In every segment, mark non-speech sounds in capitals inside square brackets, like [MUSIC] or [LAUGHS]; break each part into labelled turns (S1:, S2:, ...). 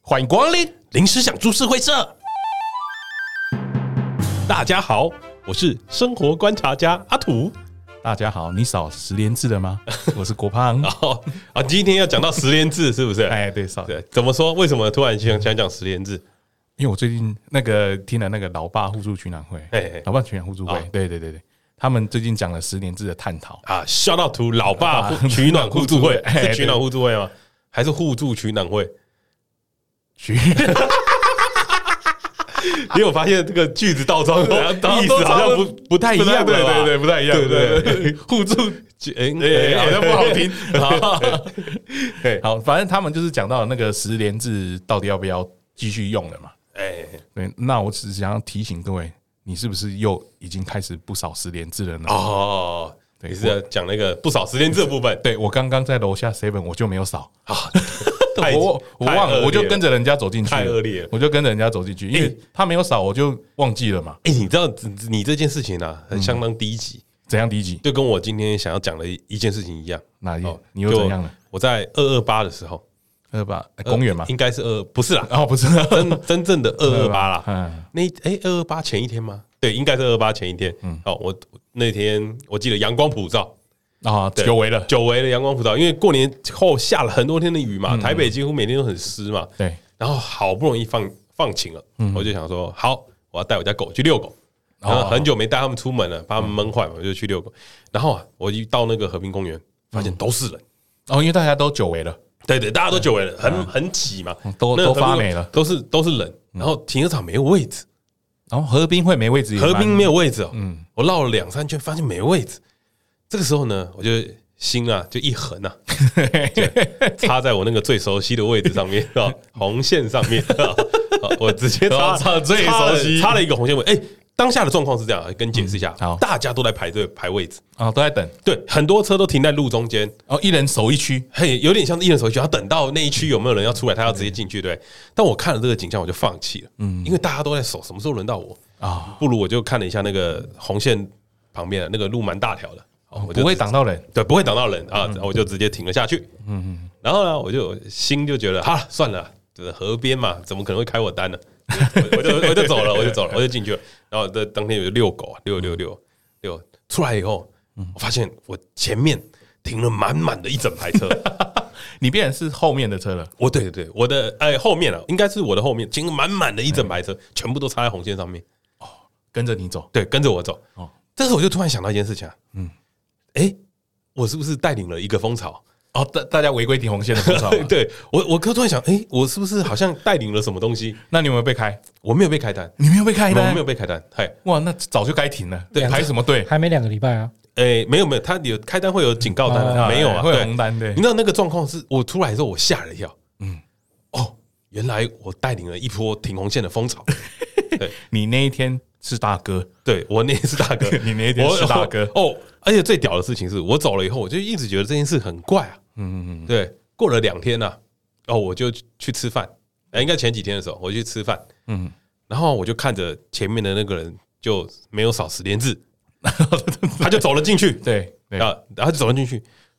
S1: 欢迎光临临时想株式会社。大家好，我是生活观察家阿土。
S2: 大家好，你扫十连字了吗？我是国胖。
S1: [LAUGHS] 哦，啊，今天要讲到十连字是不是？
S2: 哎，对，扫，
S1: 对，怎么说？为什么突然想想讲十连字？
S2: 因为我最近那个听了那个老爸互助群览会
S1: 嘿嘿，哦
S2: 老爸群览互助会，对对对对，他们最近讲了十连字的探
S1: [LAUGHS]
S2: 讨，
S1: 啊，笑到吐老爸
S2: 老爸
S1: 取暖互助会
S2: [LAUGHS] 哎
S1: 是
S2: 对
S1: 取暖互助会吗？还是互助取暖会？
S2: 取
S1: 因为我发现这个句子倒装
S2: [LAUGHS]
S1: 意思好像不
S2: 不太一样了吧，
S1: 对对对，不太一样，
S2: 对对对 [LAUGHS] 对
S1: 互助取 [LAUGHS] 哎
S2: 哎好像不好听
S1: 好，对，
S2: 好，反正他们就是讲到那个十连字到底要不要继续用了嘛。
S1: 哎，
S2: 对，那我只是想要提醒各位，你是不是又已经开始不扫十连字了呢？
S1: 哦，
S2: 对
S1: 你是要讲那个不少时间这部分
S2: 对我刚刚在楼下 seven 我就没有扫，
S1: 啊，太
S2: 我我
S1: 太
S2: 忘
S1: 恶
S2: 了，
S1: 劣
S2: 我就跟着人家走进去，
S1: 太恶劣了。
S2: 我就跟着人家走进去，因为他没有扫，我就忘记了嘛。
S1: 哎、你知道你这件事情啊，很相当低级，
S2: 怎样低级？
S1: 就跟我今天想要讲的一件事情一样。
S2: 哪一
S1: 哦，？
S2: 你又
S1: 就
S2: 怎样了？
S1: 我在二二八的时候，
S2: 二吧，呃公园嘛
S1: 呃。应该是二，不是 [LAUGHS] 啦，
S2: 哦，不 [LAUGHS] 是，
S1: 真真正的二二八啦。
S2: 嗯，
S1: 那哎，二二八前一天吗？对，应该是二二八前一天。嗯，哦，我那天我记得阳光普照，
S2: 啊，久违了。
S1: 久违的阳光普照，因为过年后下了很多天的雨嘛，台北几乎每天都很湿嘛。
S2: 对，
S1: 然后好不容易放放晴了，
S2: 嗯
S1: 我就想说，好，我要带我家狗去遛狗。
S2: 哦
S1: 然后很久没带他们出门了，把他们闷坏嘛，我就去遛狗。然后啊，我一到那个和平公
S2: 嗯
S1: 园，发现都是人，
S2: 哦，因为大家都久违了，
S1: 对对，大家都久违了，很很挤嘛，
S2: 嗯都
S1: 那个
S2: 都
S1: 和平公
S2: 发霉了嗯
S1: 都是都是人。然后停车场没有位置，
S2: 然后哦河滨会没位置也蛮，
S1: 河滨没有位置哦。
S2: 嗯
S1: 我绕了两三圈，发现没位置。这个时候呢，我就心啊就一横
S2: [LAUGHS]
S1: 啊，就插在我那个最熟悉的位置上
S2: [LAUGHS]
S1: 面，啊，红线上面， [LAUGHS] 啊我直接插
S2: 哦 [LAUGHS] 插最
S1: 插了
S2: 熟悉
S1: 插了一个红线位。哎，当下的状况是这样啊，跟你解释一下
S2: 嗯好，
S1: 大家都在排队排位置，
S2: 啊，都在等。
S1: 对，很多车都停在路中间，
S2: 哦，一人守一区，
S1: 嘿，有点像是一人手一区，要等到那一区有没有人要出来，他要直接进去，对。但我看了这个景象，我就放弃了，嗯，因为大家都在守，什么时候轮到我
S2: 啊？
S1: 不如我就看了一下那个红线旁边的那个路蛮大条的，哦我就
S2: 不会挡到人。
S1: 对，不会挡到人啊，我就直接停了下去。嗯嗯，然后呢，我就心就觉得哈，算了，就是河边嘛，怎么可能会开我 [LAUGHS] 单呢？我我就我就走了，我就走了，我就进去了。然后这当天我就遛狗啊，遛遛遛遛，出来以后，我发现我前面停了满满的一整排 [LAUGHS] 车。
S2: [LAUGHS] 你变成是后面的车了，
S1: 我对对对，我的哎后面啊，应该是我的后面，停了满满的一整排车，全部都插在红线上面，
S2: 跟着你走。
S1: 对，跟着我走。
S2: 哦
S1: 这时候我就突然想到一件事情啊，嗯，哎，我是不是带领了一个风潮？。
S2: 哦，大大家违规停红线的不 [LAUGHS] 少
S1: 对我，我哥突然想，哎、我是不是好像带领了什么东西？
S2: 那你有没有被开？
S1: 我没有被开单，
S2: 你没有被开
S1: 我
S2: 的
S1: 没有。被开单，嘿，
S2: 哇，那早就该停了。
S1: 对
S2: 排什么队？
S3: 还没两个礼拜啊，
S1: 哎、没有没有，他有开单会有警告单啊，
S2: 啊
S1: 没有啊，
S2: 会有
S1: 对
S2: 红单对
S1: 你知道那个状况是我出来的时候，我吓了一跳，嗯，哦，原来我带领了一波停红线的风潮。
S2: 你那一天是大哥，
S1: 对我那也是大哥，
S2: [LAUGHS] 你那一天
S1: 我
S2: 是大哥
S1: 哦。而且最屌的事情是我走了以后，我就一直觉得这件事很怪啊。嗯嗯嗯，对。过了两天呢、哦，我就去吃饭，哎，应该前几天的时候，我去吃饭，嗯
S2: 嗯，
S1: 然后我就看着前面的那个人就没有扫十连
S2: [LAUGHS]
S1: 字，
S2: 嗯
S1: 他就走了进去，
S2: 对对，
S1: 啊，然后就走了进去，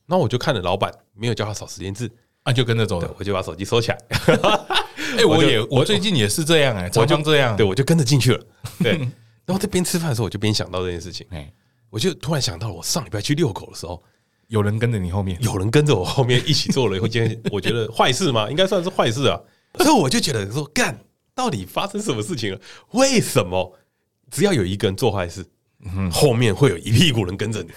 S1: 然后我就看着老板没有叫他扫十连字，
S2: 啊，就跟着走
S1: 对
S2: 了。
S1: 我就把手机收起
S2: [LAUGHS]
S1: 来，
S2: 哎，
S1: 我
S2: 我
S1: 就
S2: 也，我最近也是这样哎，
S1: 我
S2: 常
S1: 就
S2: 常这样。
S1: 对，我就跟着进去了，对。
S2: [LAUGHS]
S1: 然后在边吃饭的时候，我就边想到这件事情，
S2: 哎，
S1: 我就突然想到了我上礼拜去遛狗的时候，
S2: 有人跟着你后面，
S1: 有人跟着我后面一起做了一件我觉得坏事吗？应该算是坏事啊。 [LAUGHS] 所以我就觉得说，干，到底发生什么事情了？为什么只要有一个人做坏事，后面会有一屁股人跟着你？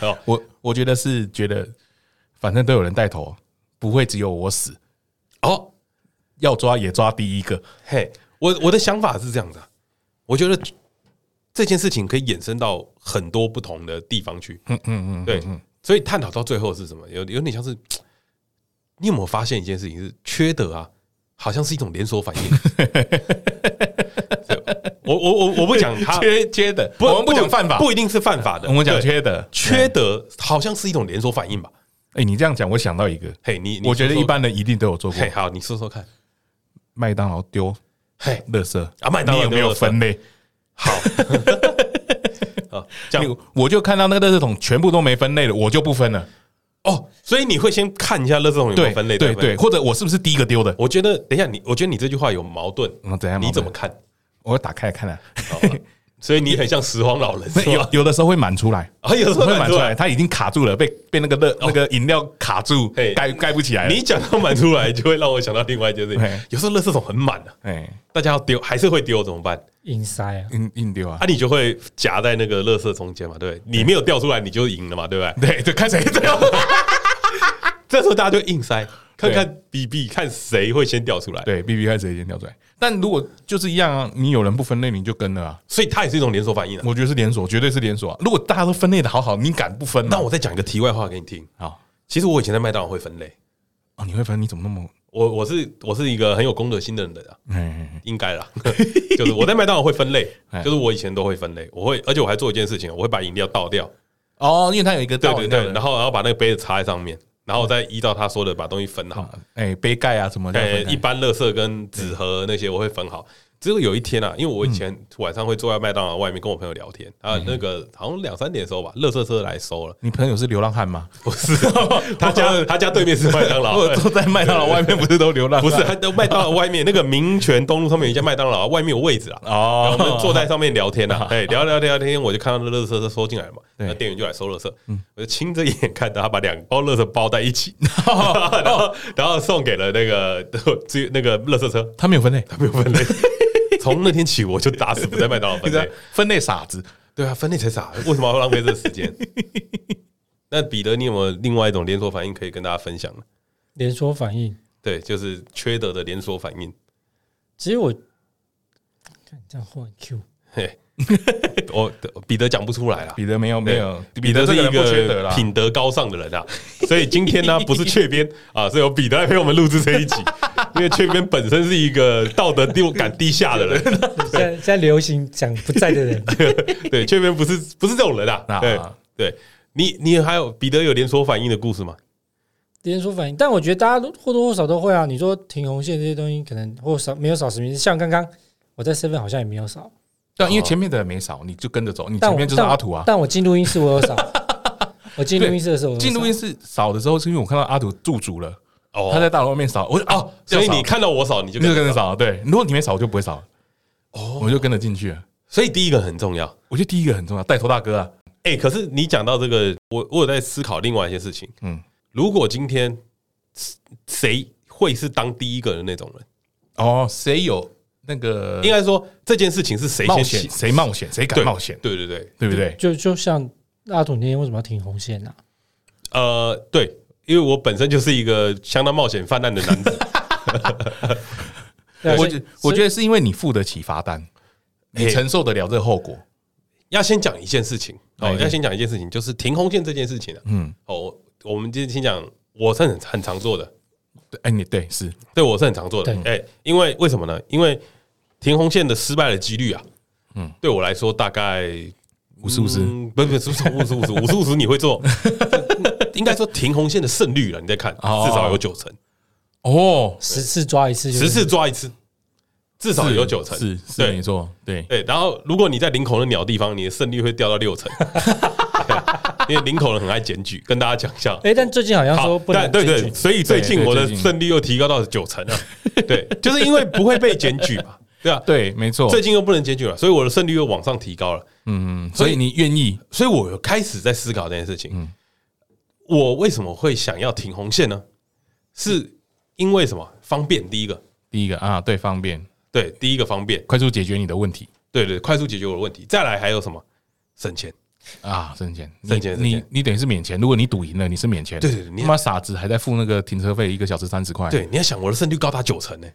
S1: 哦，
S2: 我我觉得是觉得，反正都有人带头，不会只有我死，
S1: [LAUGHS] 哦，
S2: 要抓也抓第一个。
S1: 嘿，我我的想法是这样的啊，我觉得这件事情可以衍生到很多不同的地方去。
S2: 嗯嗯嗯，
S1: 对，所以探讨到最后是什么？有有点像是，你有没有发现一件事情是缺德啊？好像是一种连锁反应。 [LAUGHS] 对我我我我不讲他，
S2: [LAUGHS] 缺缺的，我们不讲犯法，
S1: 不一定是犯法的。
S2: 我们讲
S1: 对
S2: 缺的。
S1: 缺德，好像是一种连锁反应吧？
S2: 哎，你这样讲，我想到一个，
S1: 嘿，你你
S2: 我觉得
S1: 说说
S2: 一，般人一定都有做过
S1: 嘿，，好，你说说
S2: [LAUGHS]
S1: 看。
S2: 麦当劳丢
S1: 嘿，
S2: 垃圾
S1: 啊麦当劳
S2: 你有没有
S1: 丢垃圾
S2: 分类？
S1: 好，好，这样哦
S2: 我就看到那个垃圾桶全部都没分类了，我就不分了。
S1: 哦，所以你会先看一下垃圾桶有没
S2: 对
S1: 有分类
S2: 对
S1: 分类
S2: 对，或者我是不是第一个丢的？
S1: 我觉得，等一下你，我觉得你这句话有矛盾，
S2: 嗯怎样矛盾
S1: 你怎么看？
S2: 我打开来 [LAUGHS] 看啊，
S1: 好吧 [LAUGHS] 所以你很像拾荒老人，
S2: [LAUGHS] 那
S1: 是
S2: 有
S1: 吧？
S2: 有的时候会满
S1: [LAUGHS]
S2: 出来，
S1: 啊，有时候
S2: 会
S1: 满
S2: 满
S1: 出
S2: 出
S1: 来哦
S2: 来，，它已经卡住了，被被那个热那个饮料卡住
S1: 嘿，
S2: 盖盖不起来了。
S1: 你讲到满出来，就会让我想到另外一件事
S2: 嘿
S1: 情。有时候垃圾桶很满的，
S2: 哎，
S1: 大家要丢还是会丢，怎么办？
S3: 硬塞啊，
S2: 硬硬丢啊 [LAUGHS]
S1: 啊，！你就会夹在那个垃圾中间嘛，对不对？你没有掉出来，你就赢了嘛，对不对？
S2: 对，就看谁
S1: [LAUGHS]
S2: 这样。
S1: 这时候大家就硬塞，看
S2: 对
S1: 看比比，看谁会先掉出来。
S2: 对，B B 开始先掉出来。但如果就是一样啊，你有人不分类，你就跟了啊。
S1: 所以它也是一种连锁反应啊。
S2: 我觉得是连锁，绝对是连锁啊。如果大家都分类的好好，你敢不分吗？
S1: 那我再讲一个题外话给你听。
S2: 好
S1: 其实我以前在麦当劳会分类，
S2: 哦，你会分？你怎么那么……
S1: 我我是我是一个很有公德心的人啊，
S2: 哎哎哎
S1: 应该啦。 [LAUGHS] 就是我在麦当劳会分类
S2: [LAUGHS] 哎，
S1: 就是我以前都会分类，我会，而且我还做一件事情，我会把饮料倒掉，
S2: 哦，因为它有一个
S1: 对
S2: 倒
S1: 对
S2: 饮料
S1: 对，
S2: 的
S1: 然后然后把那个杯子插在上面，然后再依照他说的把东西分好。
S2: 啊哎，杯盖啊什么的，
S1: 呃，
S2: 分开
S1: 一般垃圾跟纸盒那些我会分好。只有有一天啊，因为我以前晚上会坐在麦当劳外面跟我朋友聊天啊，那个好像两三点的时候吧，垃圾车来收了，
S2: 你朋友是流浪汉吗？
S1: 不是他家 [LAUGHS] 他家对面是麦当 [LAUGHS] 劳，哎
S2: 我 [LAUGHS] 坐在麦当劳外面不是都流浪汉？
S1: 哦不是他麦当劳外面那个民权东路上面有一家麦当劳，外面有位置啊。然后我
S2: 哦
S1: 们坐在上面聊天 [LAUGHS] 啊，对，聊聊聊天，我就看到那垃圾车收进来了嘛，
S2: 对
S1: 那店员就来收垃圾，我就亲着眼看到他把两包垃圾包在一 [LAUGHS] 起，然后然后送给了那个只有那个垃圾车， [LAUGHS]
S2: 他没有分类，
S1: 他没有分类。从那天起，我就打死不在麦当劳
S2: 你
S1: 分
S2: 知道
S1: 类。
S2: 分类傻子。
S1: 对啊，分类才傻，为什么要浪费这个时间？ [LAUGHS] 那彼得，你有没有另外一种连锁反应可以跟大家分享呢？
S3: 连锁反应。
S1: 对，就是缺德的连锁反应。
S3: 其实我看这样换 Q，
S1: 嘿， [LAUGHS] 我彼得讲不出来啦。啊
S2: 彼得没有没有，
S1: 对彼得是
S2: 这
S1: 一
S2: 人不缺德
S1: 个
S2: 啦。
S1: 品德高尚的人啊， [LAUGHS] 所以今天呢、不是雀边啊，是由彼得来陪我们录制这一集， [LAUGHS] 因为雀边本身是一个道德低感低下的
S2: [LAUGHS]
S1: 人，
S3: 现在现在流行讲不在的人， [LAUGHS]
S1: 对，雀边不是不是这种人啊，
S2: 啊
S1: 对对，你你还有彼得有连锁反应的故事吗？
S3: 连锁反应。但我觉得大家都或多或少都会啊。你说停红线这些东西，可能或少没有少实名制，像刚刚我在 seven 好像也没有少，
S2: 但啊因为前面的人没少，你就跟着走，你
S3: 但
S2: 前
S3: 我
S2: 面就是
S3: 但
S2: 阿土啊。
S3: 但我进录音室我
S2: [LAUGHS]
S3: 有少，我进录音室的时候我有
S2: 进录音
S3: 少
S2: 室少的时候，是因为我看到阿土驻足了，他
S1: 哦，
S2: 在大楼外面扫，我就哦，
S1: 所以你
S2: 要扫
S1: 看到我扫你就
S2: 你就跟
S1: 跟
S2: 着扫，对，如果你没扫，我就不会扫了，
S1: 哦，
S2: 我就跟着进去了。
S1: 所以第一个很重要。
S2: 我觉得第一个很重要，带头大哥啊，
S1: 哎，可是你讲到这个，我我有在思考另外一些事情。
S2: 嗯，
S1: 如果今天谁谁会是当第一个的那种人？
S2: 哦，谁有那个
S1: 应该说这件事情是谁
S2: 冒
S1: 先
S2: 险，
S1: 起
S2: 谁冒险，谁敢
S1: 对
S2: 冒险，
S1: 对对对，
S2: 对不对？
S3: 就就像阿土那天为什么要停红线啊呢、
S1: 呃，对，因为我本身就是一个相当冒险泛滥的男
S2: [LAUGHS]
S1: 子，
S3: 对啊？
S2: 我
S3: 所
S2: 觉
S3: 以所以
S2: 我觉得是因为你付得起罚单，你
S1: 嘿
S2: 承受得了这个后果。
S1: 要先讲一件事情哦
S2: 哎，
S1: 要先讲一件事情，就是停红线这件事情啊。
S2: 嗯，
S1: 哦，我们今天先讲，我是很很常做的，
S2: 对哎，你对是
S1: 对我是很常做的。哎，因为为什么呢？因为停红线的失败的几率啊，嗯，对我来说大概
S2: 五十五十，
S1: 嗯不不是不是五十五
S2: [LAUGHS]
S1: 十五十五十你会做， [LAUGHS] 应该说停红线的胜率了，啊你再看
S2: 哦
S1: 至少有九成，
S2: 哦，
S3: 十次抓一次就
S1: 十
S3: 是，
S1: 次抓一次，至少
S2: 是
S1: 哦有九成
S2: 是是
S1: 对
S2: 没错，对
S1: 对，然后如果你在林口的鸟地方，你的胜率会掉到六成，对因为林口人很爱检举，跟大家讲一下。
S3: 哎、但最近好像说
S1: 好，
S3: 不能
S1: 但对
S3: 进
S1: 对，
S3: 去
S1: 所以最近
S2: 对对
S1: 我的
S2: 最近
S1: 胜率又提高到九成了。对，就是因为不会被检举嘛，对啊，
S2: 对，哦没错。
S1: 最近又不能检举了，所以我的胜率又往上提高了。
S2: 嗯，所以你愿意
S1: 所以我有开始在思考这件事情。我为什么会想要停红线呢？是因为什么？方便，第一个，
S2: 第一个啊，对，方便，
S1: 对，第一个方便，
S2: 快速解决你的问题
S1: 对对，快速解决我的问题。再来还有什么？省钱。
S2: 啊，省钱，你
S1: 省钱省
S2: 你
S1: 钱
S2: 你等于是免钱。如果你赌赢了，你是免钱。
S1: 对对对你
S2: 他妈傻子还在付那个停车费，一个小时三十块。
S1: 对，你要想我的胜率高达九成呢、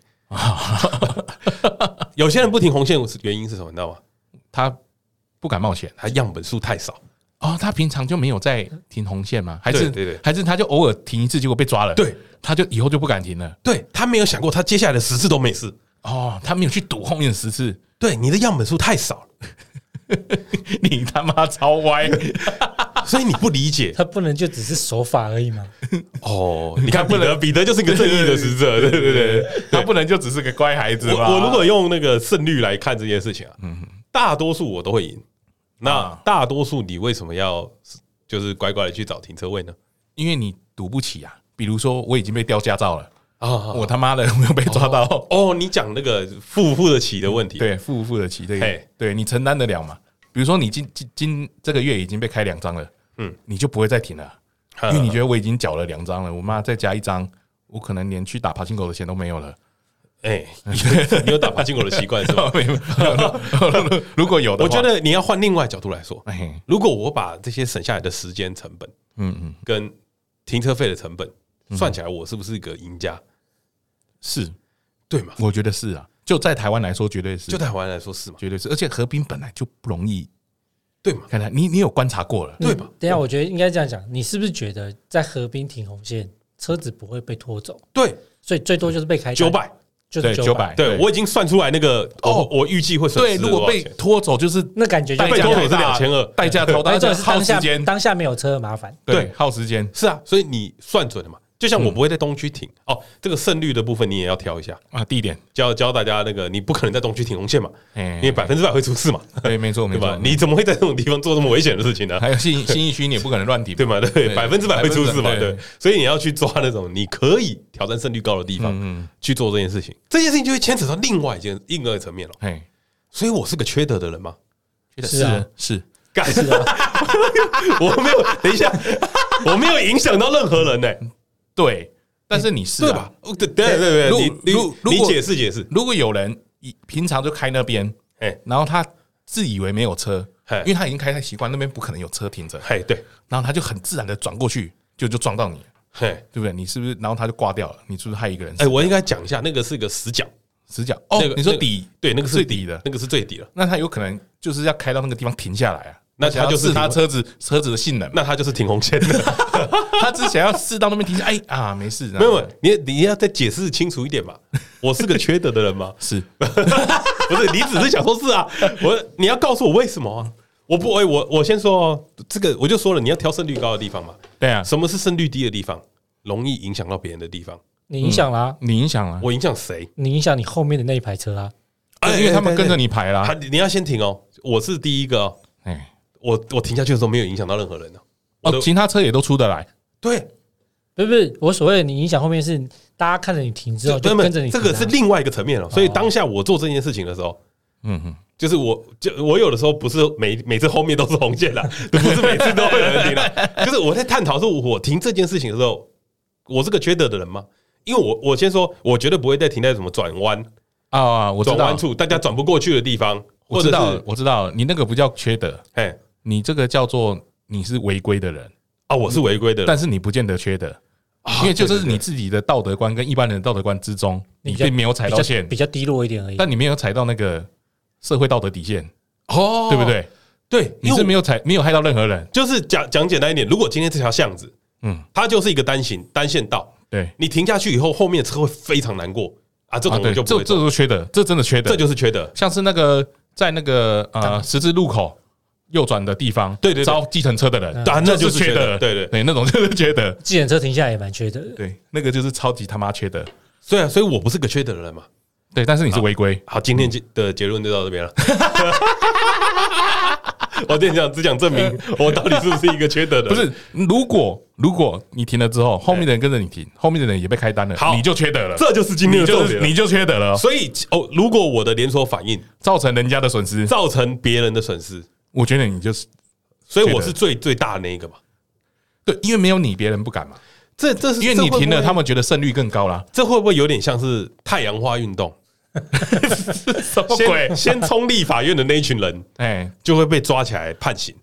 S1: [LAUGHS] 有些人不停红线是原因是什么？你知道吗？
S2: 他不敢冒险
S1: 他样本数太少。
S2: 哦，他平常就没有在停红线吗？还
S1: 对
S2: 是
S1: 对对
S2: 还是他就偶尔停一次，结果被抓了，
S1: 对，
S2: 他就以后就不敢停了。
S1: 对他没有想过，他接下来的十次都没事。
S2: 哦，他没有去赌后面十次，
S1: 对，你的样本数太少
S2: [LAUGHS] 你他妈超
S1: [LAUGHS]
S2: 歪！
S1: 了，所以你不理解 [LAUGHS]
S3: 他不能就只是手法而已嘛。
S1: 哦。你看，彼得，彼得就是一个正义的使者，啊对对对。
S2: 他不能就只是个乖孩子
S1: 我
S2: 吧？
S1: 我如果用那个胜率来看这件事情啊，大多数我都会赢。那
S2: 啊
S1: 大多数你为什么要就是乖乖的去找停车位呢？
S2: 因为你赌不起啊。比如说，我已经被吊驾照了，
S1: 啊
S2: 我他妈的没有被抓到，
S1: 哦，你讲那个付不付得起的问题，，
S2: 对，付不付得起这个
S1: 嘿，
S2: 对你承担得了吗？比如说，你今今今这个月已经被开两张了，
S1: 嗯，
S2: 你就不会再停了，因为你觉得我已经缴了两张了，我妈再加一张，我可能连去打爬行狗的钱都没有
S1: [LAUGHS]
S2: 了。 [LAUGHS]
S1: 哎，你你有 [LAUGHS] 打爬进狗的习惯是吧？
S2: 没有，没有没有如果有
S1: [LAUGHS]
S2: 的
S1: 我
S2: 话，
S1: 觉得你要换另外角度来说，
S2: 哎，
S1: 如果我把这些省下来的时间成本
S2: 嗯嗯，
S1: 跟停车费的成本算起来，我是不是一个赢家？
S2: 是，
S1: 对嘛？
S2: 我觉得是啊，就在台湾来说，绝对是，
S1: 就台湾来说是嘛？
S2: 绝对是，而且河滨本来就不容易，嗯
S1: 对嘛？
S2: 看来你你有观察过了，
S1: 对吧
S3: 你等一嗯啊下，我觉得应该这样讲，你是不是觉得在河滨停红线，车子不会被拖走，
S1: 对，
S3: 所以最多就是被开单
S1: 九，百，
S3: 就是
S2: 九
S3: 百，
S2: 百，
S1: 哎对我已经算出来那个哦，我预计会损
S2: 对，
S1: 失
S2: 如果
S1: 多少
S2: 被
S1: 钱。
S2: 拖走就是
S3: 那感觉就
S1: 被
S3: 是
S1: 拖走是
S2: 太大
S1: 2200
S2: 代价超大，
S3: 哎这是
S2: 耗
S3: 当
S2: 时
S3: 下
S2: 间，
S3: 当下没有车的麻烦，
S2: 对
S1: 对，
S2: 耗时间
S1: 是啊，所以你算准了嘛？就像我不会在东区停哦，这个胜率的部分你也要调一下，
S2: 啊，地点，
S1: 教教大家那个你不可能在东区停红线嘛，
S2: 哎
S1: 因为百分之百会出事嘛，
S2: 对，没错，没
S1: 对
S2: 错
S1: 吧，？你怎么会在这种地方做这么危险的事情呢？
S2: 还有新新一区你也不可能乱停，
S1: 对嘛？对，百分之百会出事嘛？
S2: 百分之
S1: 对，所以你要去抓那种你可以挑战胜率高的地
S2: 嗯
S1: 方去做这件事情，这件事情就会牵扯到另外一件另外一个层面了。
S2: 哎，
S1: 所以我是个缺德的人吗？
S3: 是啊
S2: 是，啊
S1: 干， [LAUGHS] 我没有，等一下，我没有影响到任何人呢、
S2: 对，但是你是
S1: 对
S2: 啊
S1: 吧？？哦对对对
S2: 如
S1: 对，你
S2: 如如
S1: 你你
S2: 果
S1: 解释解释，
S2: 如果有人一平常就开那边，
S1: 哎
S2: 然后他自以为没有车，
S1: 嘿
S2: 因为他已经开太习惯，那边不可能有车停着，
S1: 嘿，对，
S2: 然后他就很自然的转过去，就就撞到你，
S1: 嘿，
S2: 对不对？你是不啊是？然后他就挂掉了，你是不是害一个人死？
S1: 哎，我应该讲一下，那个是个死角，
S2: 死角哦
S1: 那个，
S2: 你说
S1: 那个
S2: 底，
S1: 对，那个是
S2: 最底的
S1: 那个是最底了，
S2: 那他有可能就是要开到那个地方停下来啊。
S1: 那他就是
S2: 想要试他
S1: 停
S2: 车子车子的性能嘛，
S1: 那他就是停红线的。
S2: [LAUGHS] 他只想要试到那边停下，哎啊，没事，
S1: 没有，没有你你要再解释清楚一点嘛。我是个缺德的人吗？
S2: 是
S1: 不是，你只是想说是
S2: [LAUGHS]
S1: 啊，我你要告诉我为什么啊？我不，哎我我先说哦，这个我就说了，你要挑胜率高的地方嘛。
S2: 对啊，
S1: 什么是胜率低的地方？容易影响到别人的地方。
S2: 啊
S3: 你影响啦、
S1: 嗯
S2: 你影响了，啊
S1: 我影哎响谁？
S3: 你影响你后面的那一排车啊，
S2: 因为他们跟着你排
S1: 他，
S2: 啦，
S1: 你要先停哦。我是第一个哦，
S2: 哎，
S1: 我我停下去的时候没有影响到任何人哦。我
S2: 哦，
S1: 的
S2: 其他车也都出得来，
S1: 对，
S3: 不是不是，我所谓的你影响后面是大家看着你停之后就
S1: 这
S3: 跟着你停哦
S1: 这
S3: 啊、
S1: 个是另外一个层面了。哦所以当下我做这件事情的时候，
S2: 嗯嗯，
S1: 就是我就我有的时候不是每每次后面都是红线的， [LAUGHS] 不是每次都会有人停
S2: [LAUGHS]
S1: 的。就是我在探讨说，我停这件事情的时候，我是个缺德的人吗？因为我我先说，我绝对不会再停在什么转弯、
S2: 啊，我知
S1: 转
S2: 道
S1: 弯，处，大家转不过去的地方，
S2: 我
S1: 或
S2: 知
S1: 者
S2: 道了
S1: 是，
S2: 我知道了，你那个不叫缺德，
S1: 哎
S2: 你这个叫做你是违规的人，
S1: 啊，我是违规的人，
S2: 但是你不见得缺德，因为就
S1: 啊对
S2: 是你自己的道德观跟一般人的道德观之中，你
S3: 你比较
S2: 并没有踩
S3: 比
S2: 到
S3: 较
S2: 线
S3: 比，较低落一点而已。
S2: 但你没有踩到那个社会道德底线，
S1: 哦
S2: 对不？对？
S1: 对，
S2: 你
S1: 因为
S2: 是
S1: 我
S2: 没有踩，没有害到任何人，
S1: 就是讲讲简单一点，如果今天这条巷子，
S2: 嗯
S1: 嗯，它就是一个单行单线道，
S2: 对
S1: 你停下去以后，后面的车会非常难过啊，这
S2: 啊，
S1: 种我
S2: 对，
S1: 就
S2: 这
S1: 不
S2: 这
S1: 会做，
S2: 就是缺德，这真的缺德
S1: 这，就是缺德。
S2: 像是那个在那个呃十字路口右转的地方，
S1: 对对对
S2: 招计程车的人，
S1: 啊那就是
S2: 缺
S1: 缺
S2: 德，
S1: 德对对
S2: 对，那种就是缺德，
S3: 计程车停下来也蛮缺德的，
S2: 对，那个就是超级他妈缺德，
S1: 虽啊然所以我不是个缺德的人嘛。
S2: 对，但是
S1: 啊
S2: 你是违规，
S1: 好，今天的结论就到这边了。 [LAUGHS] 我只想只想 [LAUGHS] 证明我到底是不是一个缺德的人，
S2: 不是？如果如果你停了之后，后面的人跟着你停，后面的人也被开单了，
S1: 好
S2: 你就缺德了，
S1: 这就是今天
S2: 你
S1: 的
S2: 就
S1: 重
S2: 是
S1: 点。
S2: 你就缺德了哦，
S1: 所以哦，如果我的连锁反应
S2: 造成人家的损失，
S1: 造成别人的损失，
S2: 我觉得你就是
S1: 所以
S2: 缺德
S1: 我是最最大的那一个嘛。
S2: 对，因为没有你，别人不敢嘛，
S1: 这这是
S2: 因为
S1: 这
S2: 你
S1: 会不
S2: 停了，
S1: 会
S2: 他们觉得胜率更高啦。
S1: 这会不会有点像是太阳花运动？
S2: 什么
S1: 先？先冲立法院的那一群人
S2: 哎，
S1: 就会被抓起来判刑，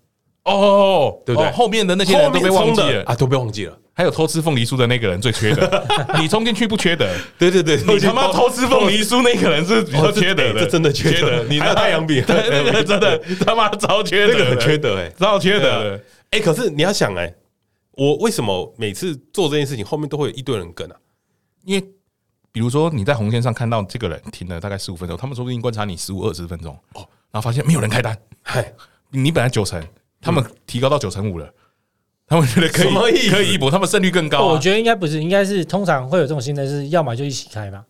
S2: 哦，
S1: 对不对
S2: 哦后面的那些
S1: 后
S2: 人都
S1: 面
S2: 被忘
S1: 冲
S2: 记
S1: 的
S2: 了
S1: 啊，都被忘记了。
S2: 还有偷吃凤梨酥的那个人最
S1: [LAUGHS]
S2: 缺德，你冲进去不缺德，
S1: 对对对，
S2: 哦你他妈偷吃凤梨酥那个人
S1: [LAUGHS]
S2: 是比较
S1: 哦这
S2: 缺德的，
S1: 哎这真的缺德
S2: 你
S1: 还有太阳饼
S2: [LAUGHS]
S1: [LAUGHS]
S2: 对那个真的他妈超缺
S1: 那
S2: 德
S1: 个
S2: 的，
S1: 很缺德哎、
S2: 超缺德
S1: 对
S2: 的
S1: 啊。哎、可是你要想哎、我为什么每次做这件事情后面都会有一堆人跟啊？
S2: 因为比如说你在红线上看到这个人停了大概十五分钟，他们说不定观察你十五二十分钟哦，然后发现没有人开单，
S1: 嗨，
S2: 你本来九成，他们提高到九成五了，他们觉得可
S1: 什么意
S2: 以
S1: 思
S2: 可以一搏，他们胜率更高啊。
S3: 哦我觉得应该不是，应该是通常会有这种心态，是要么就一起开嘛。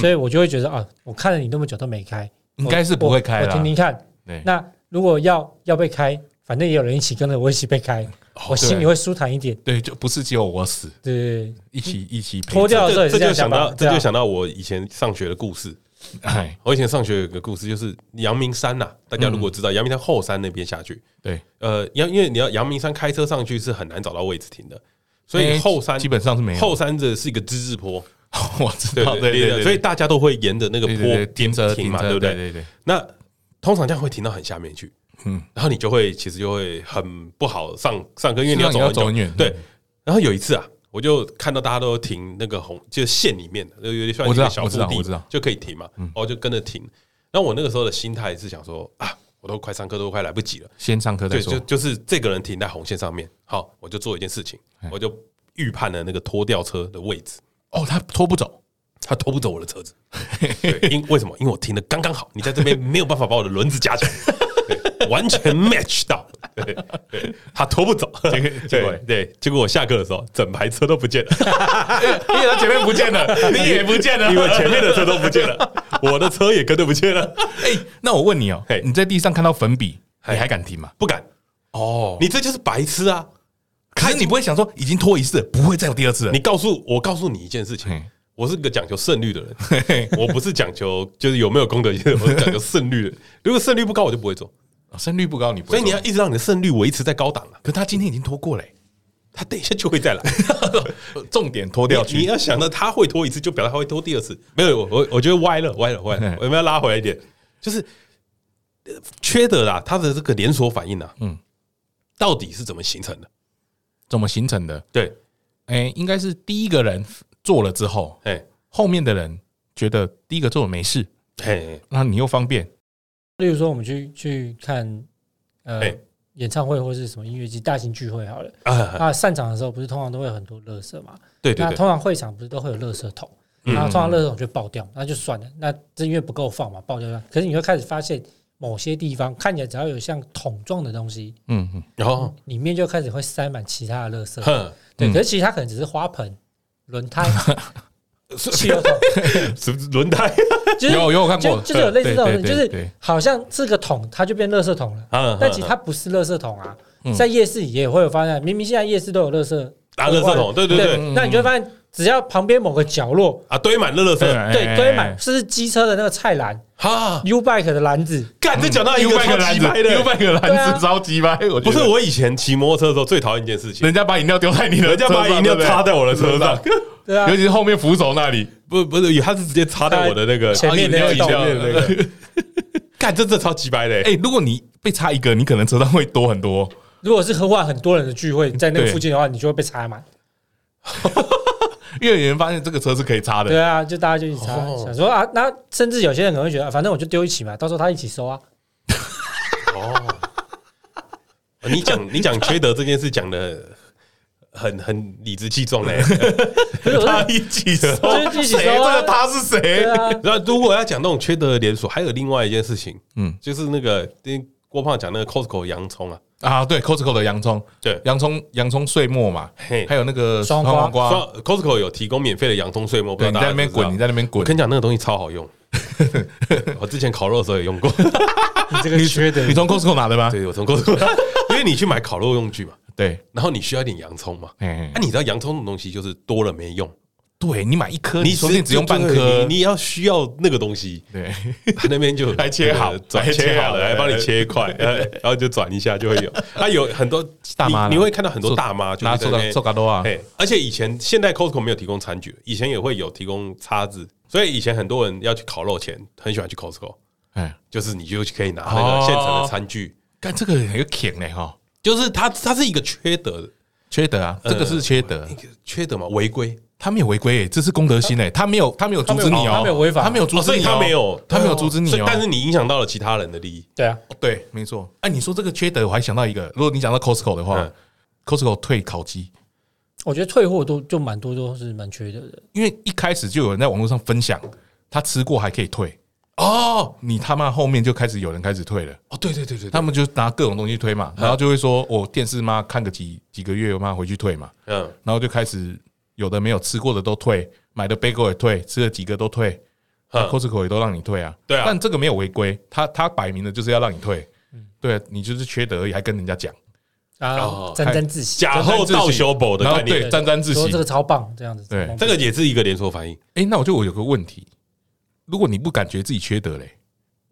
S3: 所以我就会觉得啊，我看了你那么久都没开，
S2: 嗯应该是不会开
S3: 我我
S2: 啦
S3: 我听听看
S2: 对。
S3: 那如果要要被开，反正也有人一起跟着我一起被开，
S2: 哦
S3: 我心里会舒坦一点。
S2: 对，就不是只有我死，
S3: 对对
S2: 一
S1: 嗯
S2: 起一起陪
S3: 脱掉
S2: 着
S1: 这这
S3: 这也是这样
S1: 就想
S3: 想吧
S1: 到，
S3: 这
S1: 这
S2: 啊
S3: 样
S1: 就想到我以前上学的故事。
S2: 哎，
S1: 我以前上学有个故事，就是阳明山呐、大家如果
S2: 嗯
S1: 知道阳明山后山那边下去，
S2: 对，
S1: 呃，阳因为你要阳明山开车上去是很难找到位置停的，所以
S2: 哎
S1: 后山
S2: 基本上是没有。
S1: 后山这是一个之字坡，
S2: [LAUGHS] 我知
S1: 对
S2: 道，
S1: 对
S2: 对
S1: 对
S2: 对，对
S1: 所以大家都会沿着那个
S2: 对对对
S1: 坡
S2: 停车
S1: 停
S2: 停
S1: 嘛，
S2: 车，
S1: 对不
S2: 对
S1: 对？
S2: 对对，
S1: 那通常这样会停到很下面去，
S2: 嗯
S1: 嗯，然后你就会其实就会很不好上上课，因为你要
S2: 是
S1: 走
S2: 让你要
S1: 很久
S2: 走很远，嗯
S1: 对，然后有一次啊，我就看到大家都停那个红，就是县里面的，有有点像
S2: 我
S1: 一
S2: 知道
S1: 个小
S2: 我知道
S1: 腹地，
S2: 我知道嗯
S1: 就可以停嘛，然后就跟着停。那我那个时候的心态是想说啊，我都快上课，都快来不及了，
S2: 先上课再
S1: 对，就
S2: 说。
S1: 就是这个人停在红线上面，好，我就做一件事情
S2: 哎，
S1: 我就预判了那个拖吊车的位置，
S2: 哦，他拖不走，
S1: 他拖不走我的 [LAUGHS] 车子，对，因为什么？因为我停的刚刚好，你在这边没有办法把我的轮子夹起来。对完全 match 到，对，对他拖不走，结果
S2: 结果
S1: 对对，结果我下课的时候，整排车都不见了， [LAUGHS] 啊
S2: 因为他前面不见 [LAUGHS] 了，你也不见了，
S1: 因为前面的车都不见了，我的车也跟着不见了，
S2: 哎，那我问你哦
S1: 嘿，
S2: 你在地上看到粉笔，
S1: 嘿
S2: 你还敢停吗？
S1: 不敢。
S2: 哦，
S1: 你这就是白痴啊！
S2: 可是你不会想说已经拖一次了，不会再有第二次了
S1: 你。告诉我，告诉你一件事
S2: 嘿
S1: 情，我是个讲求胜率的人，我不是讲求就是有没有功德心，我是讲求胜率的。如果胜率不高，我就不会做。
S2: 哦胜率不高，你不
S1: 所
S2: 会
S1: 以你要
S2: 做，
S1: 一直让你的胜率维持在高档啊，
S2: 可他今天已经拖过了，欸
S1: 他等一下就会再来。
S2: 重点拖掉
S1: 你你
S2: 去。
S1: 要想到他会拖一次，就表示他会拖第二次。没有，我我我觉得歪了，歪了，歪了
S2: 嗯。
S1: 我们要拉回来一点，就是呃缺德啦，他的这个连锁反应啊，
S2: 嗯
S1: 嗯，到底是怎么形成的？
S2: 怎么形成的？
S1: 对，
S2: 哎，应该是第一个人做了之后，
S1: 哎
S2: 后面的人觉得第一个做了没事，
S1: 嘿，
S2: 那你又方便，
S3: 例如说，我们去去看呃
S1: 哎
S3: 演唱会或是什么音乐季、大型聚会好了，
S2: 哎
S1: 啊，
S3: 那散场的时候不是通常都会有很多垃圾嘛？
S1: 对对
S3: 那
S1: 对，
S3: 通常会场不是都会有垃圾桶，
S1: 嗯
S3: 然后通常垃圾桶就爆
S2: 嗯
S3: 掉，那就算了。那这因为不够放嘛，爆掉了。可是你会开始发现某些地方看起来只要有像桶状的东西，
S2: 嗯嗯，
S1: 然后
S3: 里面就开始会塞满其他的垃圾。
S1: 哼，
S3: 对，
S2: 嗯
S3: 可是其实它可能只是花盆、轮
S2: [LAUGHS]
S3: 胎、
S1: 是
S3: 汽油桶，
S1: 是不是轮胎 [LAUGHS]
S3: 就是
S2: 有 [LAUGHS] 有我看过
S3: 就就是有类似这种
S2: 对
S3: 东西，
S2: 对
S3: 就
S2: 对对
S3: 是好像是个桶，它就变垃圾桶了。
S1: 啊
S3: 但其实它
S1: 他
S3: 不是垃圾桶啊
S2: 嗯，啊
S3: 在夜市也会有发现，明明现在夜市都有垃圾，
S1: 拿垃圾桶，对对对，
S2: 嗯
S3: 那你就会发现，只要旁边某个角落，
S1: 啊，堆满了垃圾，
S3: 对，堆满，甚至机车的那个菜篮
S1: 哈，
S3: ，U bike 的篮子，
S1: 干，这讲到一个
S2: U 半个
S1: 超
S2: 篮
S1: 级
S2: 子
S1: 掰的
S2: ，U 半个
S3: 对啊
S2: 篮子超级掰，我觉得
S1: 不是我以前骑摩托车的时候最讨厌一件事情，
S2: 人家把饮料丢在你的
S1: 人
S2: 车
S1: 家
S2: 上，
S1: 把饮料
S2: 对不对
S1: 插在我的车上，
S3: 对啊
S2: 尤，其是后面扶手那里，
S1: 不不是，他是直接插在我的那个
S3: 前面
S1: 啊
S3: 那
S1: 饮
S3: 个
S1: 料
S3: 洞
S1: 饮料那个，干，这这超级掰的，欸
S2: 哎，如果你被插一个，你可能车上会多很多。
S3: 如果是喝完很多人的聚会，在那个
S2: 对
S3: 附近的话，你就会被插满。
S2: 因为有人发现这个车是可以插的，
S3: 对啊，就大家就一起插，
S1: 哦
S3: 想说啊，那甚至有些人可能会觉得，啊反正我就丢一起嘛，到时候他一起收啊。
S1: 哦，你讲你讲缺德这件事讲的很很理直气壮嘞。欸 [LAUGHS]
S3: 可是我
S2: 他
S3: 是
S2: 一起收，
S3: 就是一起收啊
S2: 谁这个他是
S3: 对
S2: 谁？
S3: 啊，
S1: 那如果要讲那种缺德的连锁，还有另外一件事情，
S2: 嗯
S1: 嗯，就是那个跟郭胖讲那个 Costco 洋葱啊，
S2: 啊，对，Costco 的洋葱，
S1: 对
S2: 洋葱洋葱碎末嘛，
S1: 嘿
S2: 还，有那个
S3: 双瓜
S2: 黄瓜，
S1: 说 Costco 有提供免费的洋葱碎末，不
S2: 对，
S1: 知
S2: 你
S1: 道
S2: 在
S1: 大家
S2: 那边
S1: 知不知道
S2: 滚，你在那边
S1: 我
S2: 滚
S1: 跟，你讲，那个东西超好用， [LAUGHS] 我之前烤肉的时候也用 [LAUGHS] 过，
S3: 你这个缺德
S2: 你从 Costco 拿的吗？
S1: 对我从 Costco，因 [LAUGHS] 为你去买烤肉用具嘛，
S2: 对，
S1: 然后你需要一点洋葱嘛，
S2: 哎
S1: 啊，，你知道洋葱这种东西就是多了没用，
S2: 对你买一颗， [LAUGHS] 你说不定只用半
S1: 对
S2: 颗，
S1: 你你要需要那个东西， [LAUGHS]
S2: 对，
S1: 他那边就
S2: 还切好
S1: 呃转
S2: 还切
S1: 切好
S2: 好
S1: 了，还帮你切一块，呃然后就转一下就会有。啊，有很多
S2: [LAUGHS] 大妈啦
S1: 你你会看到很多大妈就
S2: 拿
S1: 是在
S2: 手
S1: 那
S2: 嘎
S1: 边
S2: 手嘎多啊，
S1: 哎，而且以前现在 Costco 没有提供餐具，以前也会有提供叉子，所以以前很多人要去烤肉前很喜欢去 Costco，
S2: 哎，
S1: 就是你就可以拿那
S2: 哦
S1: 个现成的餐具，
S2: 干这个很有舔嘞哈，
S1: 就是它它是一个缺德，
S2: 缺德啊，
S1: 嗯
S2: 这个是缺德
S1: 一，个缺德嘛，违规，
S2: 他没有违规，哎这是公德心哎，他没有他没有阻止你哦，
S3: 他没有违法
S2: 他没有阻
S1: 哦
S2: 止
S1: 所以
S2: 你，
S1: 他没，有啊
S2: 他没有阻止你
S1: 所以
S2: 哦，
S1: 但是你影响到了其他人的利益，
S3: 对啊，
S2: 对，没错。哎、你说这个缺德，我还想到一个，如果你讲到 Costco 的话、
S1: 嗯
S2: c o s t c o 退烤鸡，
S3: 我觉得退货都就蛮多都是蛮缺德的。
S2: 因为一开始就有人在网络上分享，他吃过还可以退，
S1: 哦
S2: 你他妈后面就开始有人开始退了，
S1: 哦，对对对对，嗯
S2: 他们就拿各种东西推嘛，然后就会说我电视妈看个几几个月，我妈回去退嘛，
S1: 嗯，
S2: 然后就开始有的没有吃过的都退，买的 bagel 也退，吃了几个都退、
S1: 嗯
S2: c o s t c o 也都让你退啊，
S1: 对啊
S2: 但这个没有违规，他他摆明了就是要让你退，
S1: 嗯
S2: 对你就是缺德而已，还跟人家讲，
S1: 哦
S3: 啊，沾沾自喜，
S1: 假后道修补的
S2: 然后
S1: 概念，
S2: 对沾沾自
S3: 说
S2: 喜
S3: 这。个超棒，这样子。
S2: 对
S1: 这个也是一个连锁反应。
S2: 哎，那我就我有个问题，如果你不感觉自己缺德嘞，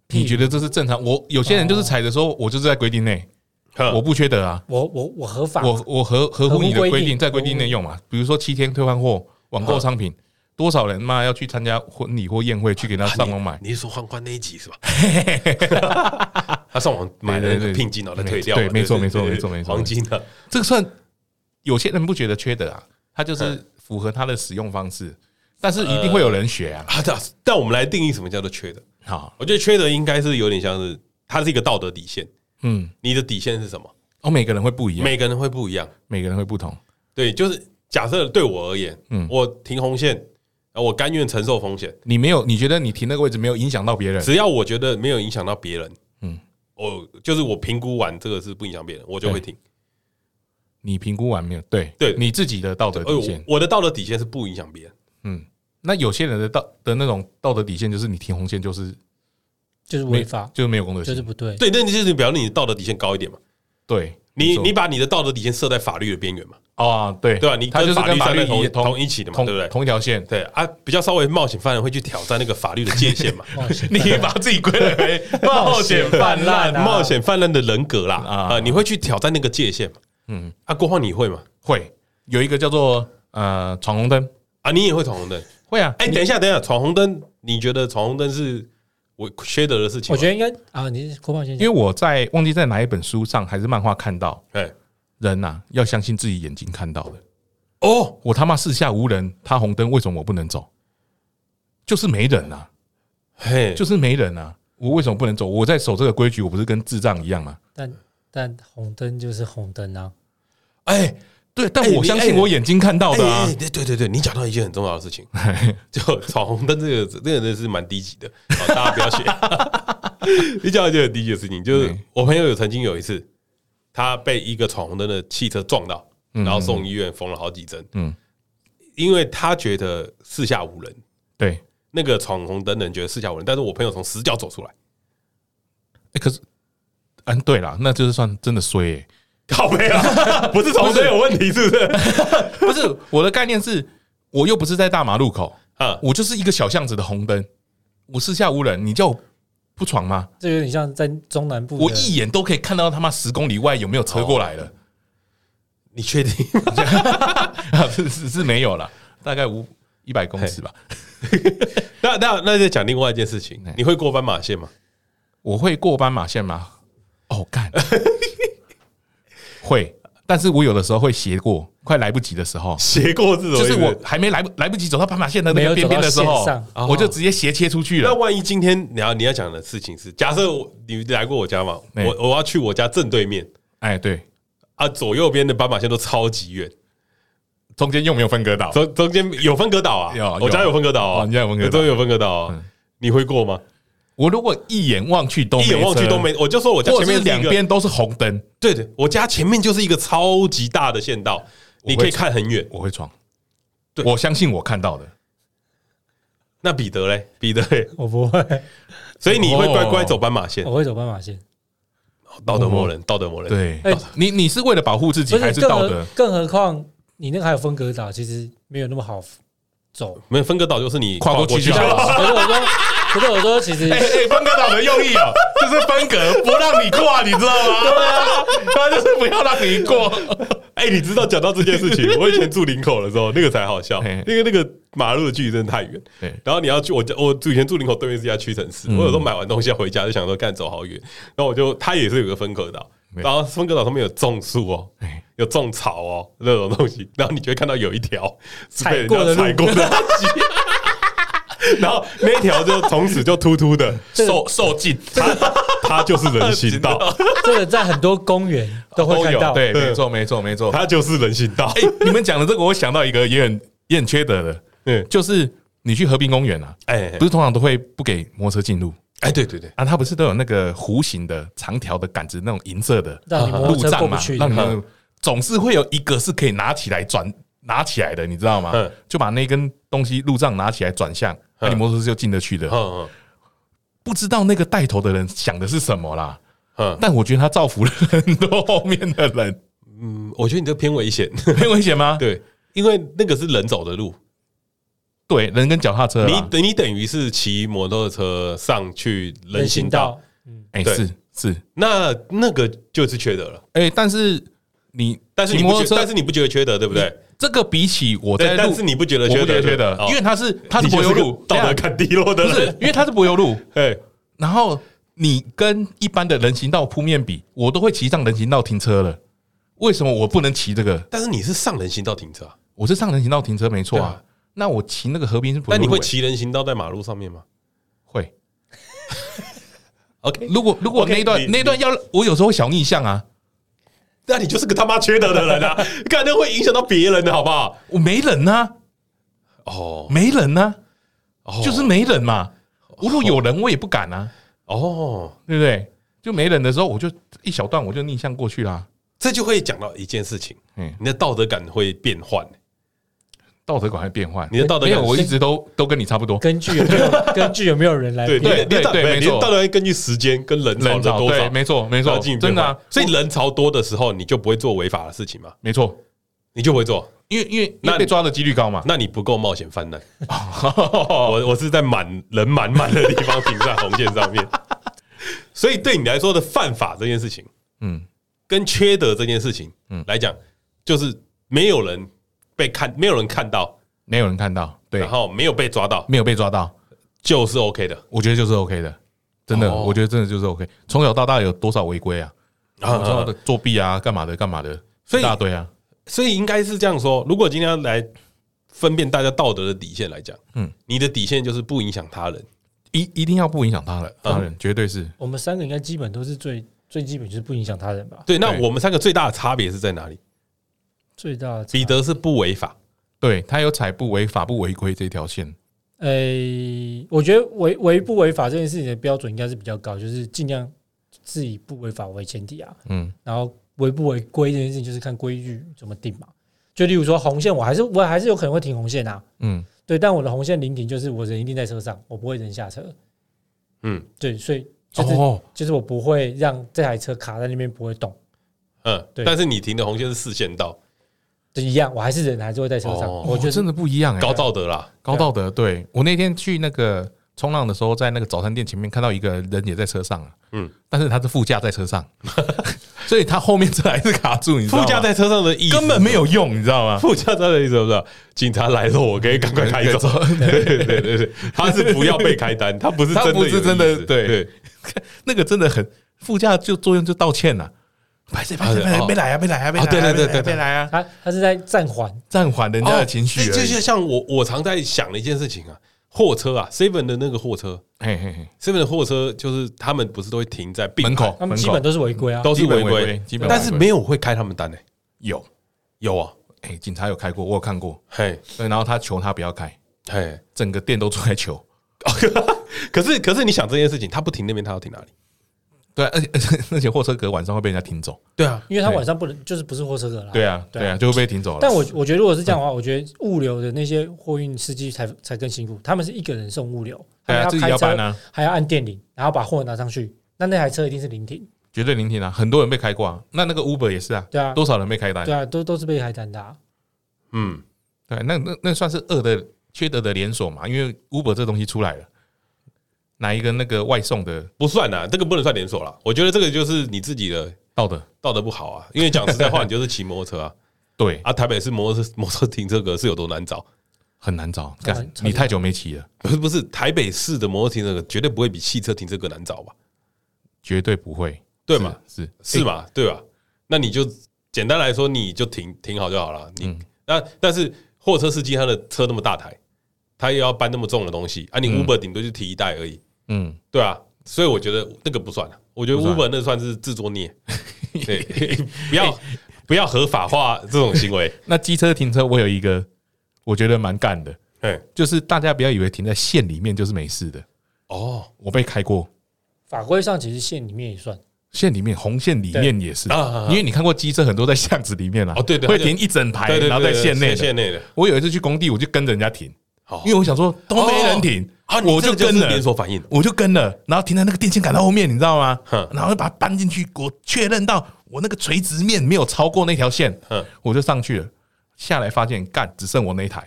S3: 譬如
S2: 你觉得这是正常？我有些人
S3: 哦
S2: 就是踩着说，我就是在规定内，
S1: 哼
S2: 我不缺德啊，
S3: 我我我合法，
S2: 我我合合乎你
S3: 合乎
S2: 的
S3: 规
S2: 规
S3: 定哦
S2: 定，在规定内用嘛。比如说七天退换货，网
S1: 嗯
S2: 购商品，多少人嘛要去参加婚礼或宴会去给他上网买，
S1: 你是说欢欢那一集是吧？
S2: [LAUGHS]
S1: 他上网买了那个聘金，然后再退掉嘛。
S2: 对没错
S1: 对
S2: 没错
S1: 对
S2: 没错
S1: 对
S2: 没错
S1: 黄金的
S2: 这个算有些人不觉得缺德啊，他
S1: 嗯
S2: 就是符合他的使用方式，但是
S1: 呃
S2: 一定会有人学啊。
S1: 啊！但但我们来定义什么叫做缺德？
S2: 好，
S1: 我觉得缺德应该是有点像是它是一个道德底线，
S2: 嗯，
S1: 你的底线是什么？
S2: 哦，每个人会不一样，每
S1: 每个人会不一样。
S2: 每个人会不同，
S1: 对，就是假设对我而言，
S2: 嗯
S1: 我停红线，啊我甘愿承受风险，
S2: 你没有，你觉得你停那个位置没有影响到别人，
S1: 只要我觉得没有影响到别人，嗯
S2: 嗯，
S1: 我就是我评估完这个是不影响别人，我就会停。
S2: 你评估完没有？对，
S1: 对
S2: 你自己的道德
S1: 哎呦
S2: 底线，。
S1: 我的道德底线是不影响别人。
S2: 嗯，那有些人的道的那种道德底线就是你停红线就是
S3: 就是
S2: 没
S3: 违法，
S2: 就是没有公德
S3: 就
S2: 心
S3: 是，不对。
S1: 对，那你就是表示你的道德底线高一点嘛。
S2: 对没
S1: 你
S2: 错
S1: 你把你的道德底线设在法律的边缘嘛，
S2: 啊，对
S1: 对吧？你
S2: 他就是
S1: 法
S2: 跟
S1: 律
S2: 法
S1: 站
S2: 律
S1: 在同
S2: 一
S1: 同一起的嘛，
S2: 同
S1: 对不对？
S2: 同一条线，
S1: 对啊，比较稍微冒险犯人会去挑战那个法律的界限
S2: [LAUGHS]
S1: 嘛。
S3: 冒险
S1: [LAUGHS] 你把自己归类为冒险泛滥、[LAUGHS]
S3: 啊
S1: 冒险泛滥的人格啦
S2: 啊
S1: 啊，你会去挑战那个界限嘛？嗯
S2: 嗯，
S1: 啊，郭浩你会吗？
S2: 会有一个叫做呃闯红灯，
S1: 啊，你也会闯红
S2: [LAUGHS]
S1: 灯？
S2: 会啊，
S1: 哎，等一下，等一下，闯红灯，你觉得闯红灯是我缺德的事情吗？
S3: 我觉得应该啊，你是郭胖先
S2: 因
S3: 生
S2: 为我在忘记在哪一本书上还是漫画看到，
S1: 得，哎，
S2: 人呐、要相信自己眼睛看到的。
S1: 哦，
S2: 我他妈四下无人，他红灯，为什么我不能走？就是没人啊，
S1: 嘿，
S2: 就是没人啊，我为什么不能走？我在守这个规矩，我不是跟智障一样吗？
S3: 但但红灯就是红灯啊，
S1: 哎，
S2: 对，但
S1: 哎
S2: 我
S1: 你
S2: 相
S1: 哎
S2: 信我眼睛看到的啊
S1: 哎哎。哎对对对，你讲到一件很重要的事情， [LAUGHS] 就闯红灯这个，这个真的是蛮低级的，好大家不要学。 [LAUGHS] 你讲到一件很低级的事情，就是
S2: 嗯
S1: 我朋友有曾经有一次，他被一个闯红灯的汽车撞到，然后送医院缝了好几针，
S2: 嗯，
S1: 因为他觉得四下无人，
S2: 对，哎、
S1: 那个闯红灯的人觉得四下无人，但是我朋友从死角走出来，
S2: 哎可是，嗯，对啦，那就是算真的衰、欸。
S1: 靠背啊， [LAUGHS] 不是闯红灯有问题，是不是？
S2: 不是我的概念是，我又不是在大马路口，
S1: 啊，
S2: 我就是一个小巷子的红灯，我四下无人，你叫我不闯吗？
S3: 这有点像在中南部的。
S2: 我一眼都可以看到他妈十公里外有没有车过来了，
S1: 你确定？哦
S2: [LAUGHS] 是是是没有了，大概五一百公尺吧。
S1: [LAUGHS] 那那那再讲另外一件事情，你会过斑马线吗？ [LAUGHS]
S2: 我会过斑马线吗？哦，干， [LAUGHS] 会，但是我有的时候会斜过，快来不及的时候，
S1: 斜过是什么意
S2: 就
S1: 思？
S2: 是我还没来不来不及走到斑马线的那
S3: 没有
S2: 个边边的时
S3: 走到
S2: 候
S3: 线，
S1: 上
S2: 我就直接斜切出去
S1: 那
S2: 了。
S1: 万一今天你要你要讲的事情是，假设我你来过我家嘛，
S2: 嗯
S1: 我我要去我家正对面
S2: 哎，对，
S1: 啊，左右边的斑马线都超级远，
S2: 中间又没有分割到，
S1: 中中间有分隔岛啊
S2: 有，
S1: 我家
S2: 有
S1: 有分隔岛啊，
S2: 哦你家有分隔岛嗯
S1: 都有分隔岛啊，你会过吗？
S2: 我如果一眼望去都没
S1: 一眼望去
S2: 车
S1: 都，没，我就说我家
S2: 或
S1: 前
S2: 者
S1: 面
S2: 是
S1: 是一
S2: 两
S1: 个，
S2: 边都是红灯，
S1: 对对，我家前面就是一个超级大的县道，你可以看很远。
S2: 我会闯。
S1: 对
S2: 我相信我看到的，
S1: 那彼得嘞，彼得
S2: [LAUGHS]
S1: 嘞，
S3: 我不会，
S1: 所以你会乖
S2: 哦
S1: 乖走斑马线
S3: 我，会走斑马线。
S1: 道德魔人，道德魔人，
S2: 对
S3: 哎，
S2: 你你是为了保护自己
S3: 不
S2: 还是
S3: 是，更
S2: 道
S3: 何
S2: 德？
S3: 更何况你那个还有分隔岛，其实没有那么好走。
S1: 没有分隔岛就是你
S2: 跨过去
S1: 就
S2: 就
S3: 可
S2: 好
S3: 是
S1: 好 [LAUGHS] 了。
S2: 了
S3: 我说，可是我说，其实
S2: 哎哎，分割岛的用意哦，就是分隔，不让你跨，你知道吗？对啊，他就是不要让你过。
S1: 哎、你知道讲到这件事情，我以前住林口的时候，那个才好笑，
S2: 嘿
S1: 因为那个马路的距离真的太远
S2: 对。
S1: 然后你要去我家，我以前住林口对面是一家屈臣氏，我有时候买完东西要回家就想说干走好远，然后我就它也是有个分隔岛，
S2: 对
S1: 然后分隔岛上面有种树哦
S2: 哎，
S1: 有种草哦那种东西，然后你就会看到有一条是被人
S3: 踩过
S1: 家
S3: 的路
S1: 踩过的东西。 [LAUGHS] 然后那条就从此就突突的，
S2: 受受尽，
S1: 它它就是人行道，
S3: 这个在很多公园都会看到。
S2: 哦对，没错，没错，没错。
S1: 它就是人行道。
S2: 哎，你们讲的这个，我想到一个也很也很缺德的，
S1: 嗯，
S2: 就是你去河滨公园啊，
S1: 哎
S2: 不是通常都会不给摩托车进入
S1: 哎，对对对，
S2: 啊？它不是都有那个弧形的长条的杆子，那种银色的
S3: 让你摩托
S2: 路
S3: 车过
S2: 障
S3: 不
S2: 嘛
S3: 去，，
S2: 让你们总是会有一个是可以拿起来转拿起来的，你知道吗
S1: 嗯？
S2: 就把那根东西路障拿起来转向，那你
S1: 嗯
S2: 摩托车就进得去的。
S1: 嗯嗯。
S2: 不知道那个带头的人想的是什么啦。
S1: 嗯
S2: 但我觉得他造福了很多后面的
S1: [LAUGHS]
S2: 人，
S1: 嗯，我觉得你这偏危险， [LAUGHS]
S2: 很危险吗？
S1: 对，因为那个是人走的路，
S2: 对，人跟脚踏车啊
S1: 你
S2: 啦，
S1: 等你等于是骑摩托车上去人行道，，
S2: 哎，
S1: 对
S2: 是是，
S1: 那那个就是缺德了。
S2: 哎，但是你，
S1: 但是你
S2: 骑
S1: 不
S2: 摩托
S1: 觉，
S2: 车
S1: 但是你不觉得缺德，对不对？
S2: 这个比起我在
S1: 对，
S2: 路，
S1: 但是你不觉得
S2: 我
S1: 缺
S2: 不觉
S1: 德，
S2: 得缺德
S1: 对，哦
S2: 因为他是他是
S1: 你就
S2: 柏油
S1: 个
S2: 路，
S1: 道德
S2: 对啊
S1: 看低落的
S2: 不是
S1: 人，，哎
S2: 因为他是柏油路，
S1: 对，
S2: 然后你跟一般的人行道铺面比，我都会骑上人行道停车了，为什么我不能骑这个？
S1: 但是你是上人行道停车啊，
S2: 我是上人行道停车没错
S1: 对
S2: 啊，那我骑那个河滨是柏
S1: 那
S2: 油路、
S1: 你会
S2: 欸
S1: 骑人行道在马路上面吗
S2: 会。 [LAUGHS]
S1: ？OK，
S2: 如果如果
S1: OK，
S2: 那一段
S1: 你
S2: 那一段要我有时候会小逆向啊，
S1: 那你就是个他妈缺德的人
S2: [LAUGHS]
S1: 啊！干那会影响到别人的好不好？
S2: 我没人呐、
S1: 哦，
S2: 没人呐、
S1: 哦
S2: 就是没人嘛。我如果有人，我也不敢啊，
S1: 哦，
S2: 对不对？就没人的时候，我就一小段我就逆向过去啦。
S1: 这就会讲到一件事情，
S2: 嗯，
S1: 你的道德感会变换。
S2: 道德感会变换，
S1: 你的道德
S2: 没
S1: 感
S2: 有，我
S1: 是
S2: 一直都都跟你差不多。
S3: 根据有没有根据有没有人来
S1: 对
S3: 编？
S1: 对
S2: 对对对没
S1: 你的
S2: 错
S1: 道德感根据时间跟人潮
S2: 人
S1: 的
S2: 潮
S1: 多
S2: 对，
S1: 少，
S2: 没错没
S1: 然
S2: 错
S1: 后进行，变
S2: 真的
S1: 化
S2: 啊，
S1: 所以人潮多的时候，你就不会做违法的事情嘛，
S2: 没错，
S1: 你就不会做，
S2: 因为因为
S1: 那
S2: 那被抓的几率高嘛。
S1: 那你不够冒险
S2: [LAUGHS]
S1: 泛滥。我我是在满人满满的地方停在红线上面，所以对你来说的犯法这件事情，
S2: 嗯，
S1: 跟缺德这件事情，嗯
S2: 嗯，
S1: 来讲，就是没有人被看，没有人看到，
S2: 没有人看到，对
S1: 然，后没有被抓到，
S2: 没有被抓到，
S1: 就是 OK 的。
S2: 我觉得就是 OK 的，真的，
S1: 哦
S2: 我觉得真的就是 OK。从小到大有多少违规啊？
S1: 啊
S2: 从小的作弊啊，干嘛的干嘛的，
S1: 所以
S2: 一大堆啊，
S1: 所以应该是这样说：如果今天要来分辨大家道德的底线来讲，嗯
S2: 嗯，
S1: 你的底线就是不影响他人。
S2: 一一定要不影响他人，他人绝对是
S3: 我们三个应该基本都是最最基本就是不影响他人吧？
S1: 对，那
S2: 对
S1: 我们三个最大的差别是在哪里？
S3: 最大的差
S1: 彼，得是不违法，
S2: 对他有踩不违法不违规这条线，
S3: 诶，我觉得违违不违法这件事情的标准应该是比较高，就是尽量是以不违法为前提啊。
S2: 嗯，
S3: 然后违不违规这件事情，就是看规矩怎么定嘛。就例如说红线，我还是我还是有可能会停红线啊，
S2: 嗯，
S3: 对，但我的红线临停就是我人一定在车上，我不会人下车，
S1: 嗯
S3: 对，所以就是、
S2: 哦，
S3: 就是我不会让这台车卡在那边不会动，
S1: 嗯，
S3: 对
S1: 但是你停的红线是四线道，
S3: 就一样，我还是人还是会在车上，
S1: 哦
S3: 我就
S2: 哦
S3: 是
S2: 真的不一样欸，
S1: 高道德啦。
S2: 高道德。对我那天去那个冲浪的时候，在那个早餐店前面看到一个人也在车上啊，
S1: 嗯
S2: 嗯，但是他是副驾在车上， [LAUGHS] 所以他后面车还是卡住，你知道
S1: 副
S2: 吗
S1: 驾在车上的意思
S2: 根本没有用，你知道吗？
S1: 副驾车的意思是不是？警察来了，我可以赶快开走。 [LAUGHS] 对对对对对，他是不要被开单，他不是真的
S2: 他不是真的
S1: 有意思
S2: 对
S1: 对，
S2: 那个真的很副驾就作用就道歉了。拍谁拍谁
S1: 啊
S2: 拍
S1: 哦
S2: 谁，别来啊，别来啊，别来啊，
S1: 对对对对对
S2: 别来啊，
S3: 他他是在暂缓，
S2: 暂缓人家的情绪
S1: 哦
S2: 而
S1: 就
S2: 已。
S1: 就像我我常在想的一件事情啊，货车啊，seven 的那个货车
S2: 嘿嘿嘿，
S1: ，seven 的货车就是他们不是都会停在并排
S2: 门口
S3: 他们基本都是违规啊，
S1: 都是
S2: 基本
S1: 违
S2: 违
S1: 规
S2: 规，基本
S1: 但
S2: 违
S1: 是
S2: 规
S1: 没有会开他们单诶、欸
S2: 有，
S1: 有啊，
S2: 哎，警察有开过，我有看过。
S1: 嘿
S2: 对，然后他求他不要开，
S1: 嘿，
S2: 整个店都出来求。
S1: 可是可是你想这件事情，他不停那边，他要停哪里？
S2: 对啊，而且而且而且货车格晚上会被人家停走。
S1: 对啊，
S3: 因为他晚上不能就是不是货车的啦，
S2: 对啊，
S3: 对啊
S2: 对啊，就会被停走了。
S3: 但我我觉得如果是这样的话，我觉得物流的那些货运司机才才更辛苦，他们是一个人送物流，他
S2: 对
S3: 们
S2: 啊，自己
S3: 开
S2: 要搬
S3: 车，
S2: 啊，
S3: 还要按电铃，然后把货拿上去，那那台车一定是临停，
S2: 绝对聆听啊，很多人被开过啊。那那个 Uber 也是啊，
S3: 对啊，
S2: 多少人被开单？
S3: 对啊，都都是被海胆的啊，
S1: 嗯，
S2: 对，那那那算是恶的缺德的连锁嘛，因为 Uber 这东西出来了，哪一个那个外送的
S1: 不算啊，这个不能算连锁啦。我觉得这个就是你自己的
S2: 道德？
S1: 道德不好啊，因为讲实在话，你就是骑摩托
S2: [LAUGHS]
S1: 车啊，
S2: 对，
S1: 啊，台北市摩托车摩托车停车格是有多难找？
S2: 很难找，
S3: 超难
S2: 干
S3: 超难
S2: 你太久没骑了，
S1: 不是不是，台北市的摩托停车格绝对不会比汽车停车格难找吧？
S2: 绝对不会，
S1: 对嘛？
S2: 是？是
S1: 是？嘛？对吧？那你就简单来说，你就停停好就好了。你、
S2: 嗯
S1: 那但是货车司机他的车那么大台，他也要搬那么重的东西啊，你
S2: 嗯
S1: Uber 顶多就提一袋而已，
S2: 嗯，
S1: 对啊。所以我觉得那个不算了，我觉得
S2: 不算
S1: Uber 那算是自作
S2: [LAUGHS]
S1: 孽，对， [LAUGHS] 不要不要合法化这种行
S2: [LAUGHS]
S1: 为。
S2: 那机车停车我有一个，我觉得蛮干的，
S1: 哎，
S2: 就是大家不要以为停在县里面就是没事的，
S1: 哦
S2: 我被开过，
S3: 法规上其实县里面也算，
S2: 县里面红线里面也是
S1: 啊啊啊，
S2: 因为你看过机车很多在巷子里面啊，
S1: 哦对对
S2: 会停一整排，
S1: 对对对，
S2: 然后在
S1: 对
S2: 县内
S1: 县
S2: 的。
S1: 内的，
S2: 我有一次去工地，我就跟着人家停，
S1: 好
S2: 因为我想说都哦没人停
S1: 哦啊，你
S2: 我
S1: 这
S2: 就
S1: 个就是
S2: 跟了
S1: 连锁反应，
S2: 我就跟了，然后停在那个电线杆的后面，你知道吗
S1: 哼？
S2: 然后就把它搬进去，我确认到我那个垂直面没有超过那条线
S1: 哼，
S2: 我就上去了。下来发现，干只剩我那一台，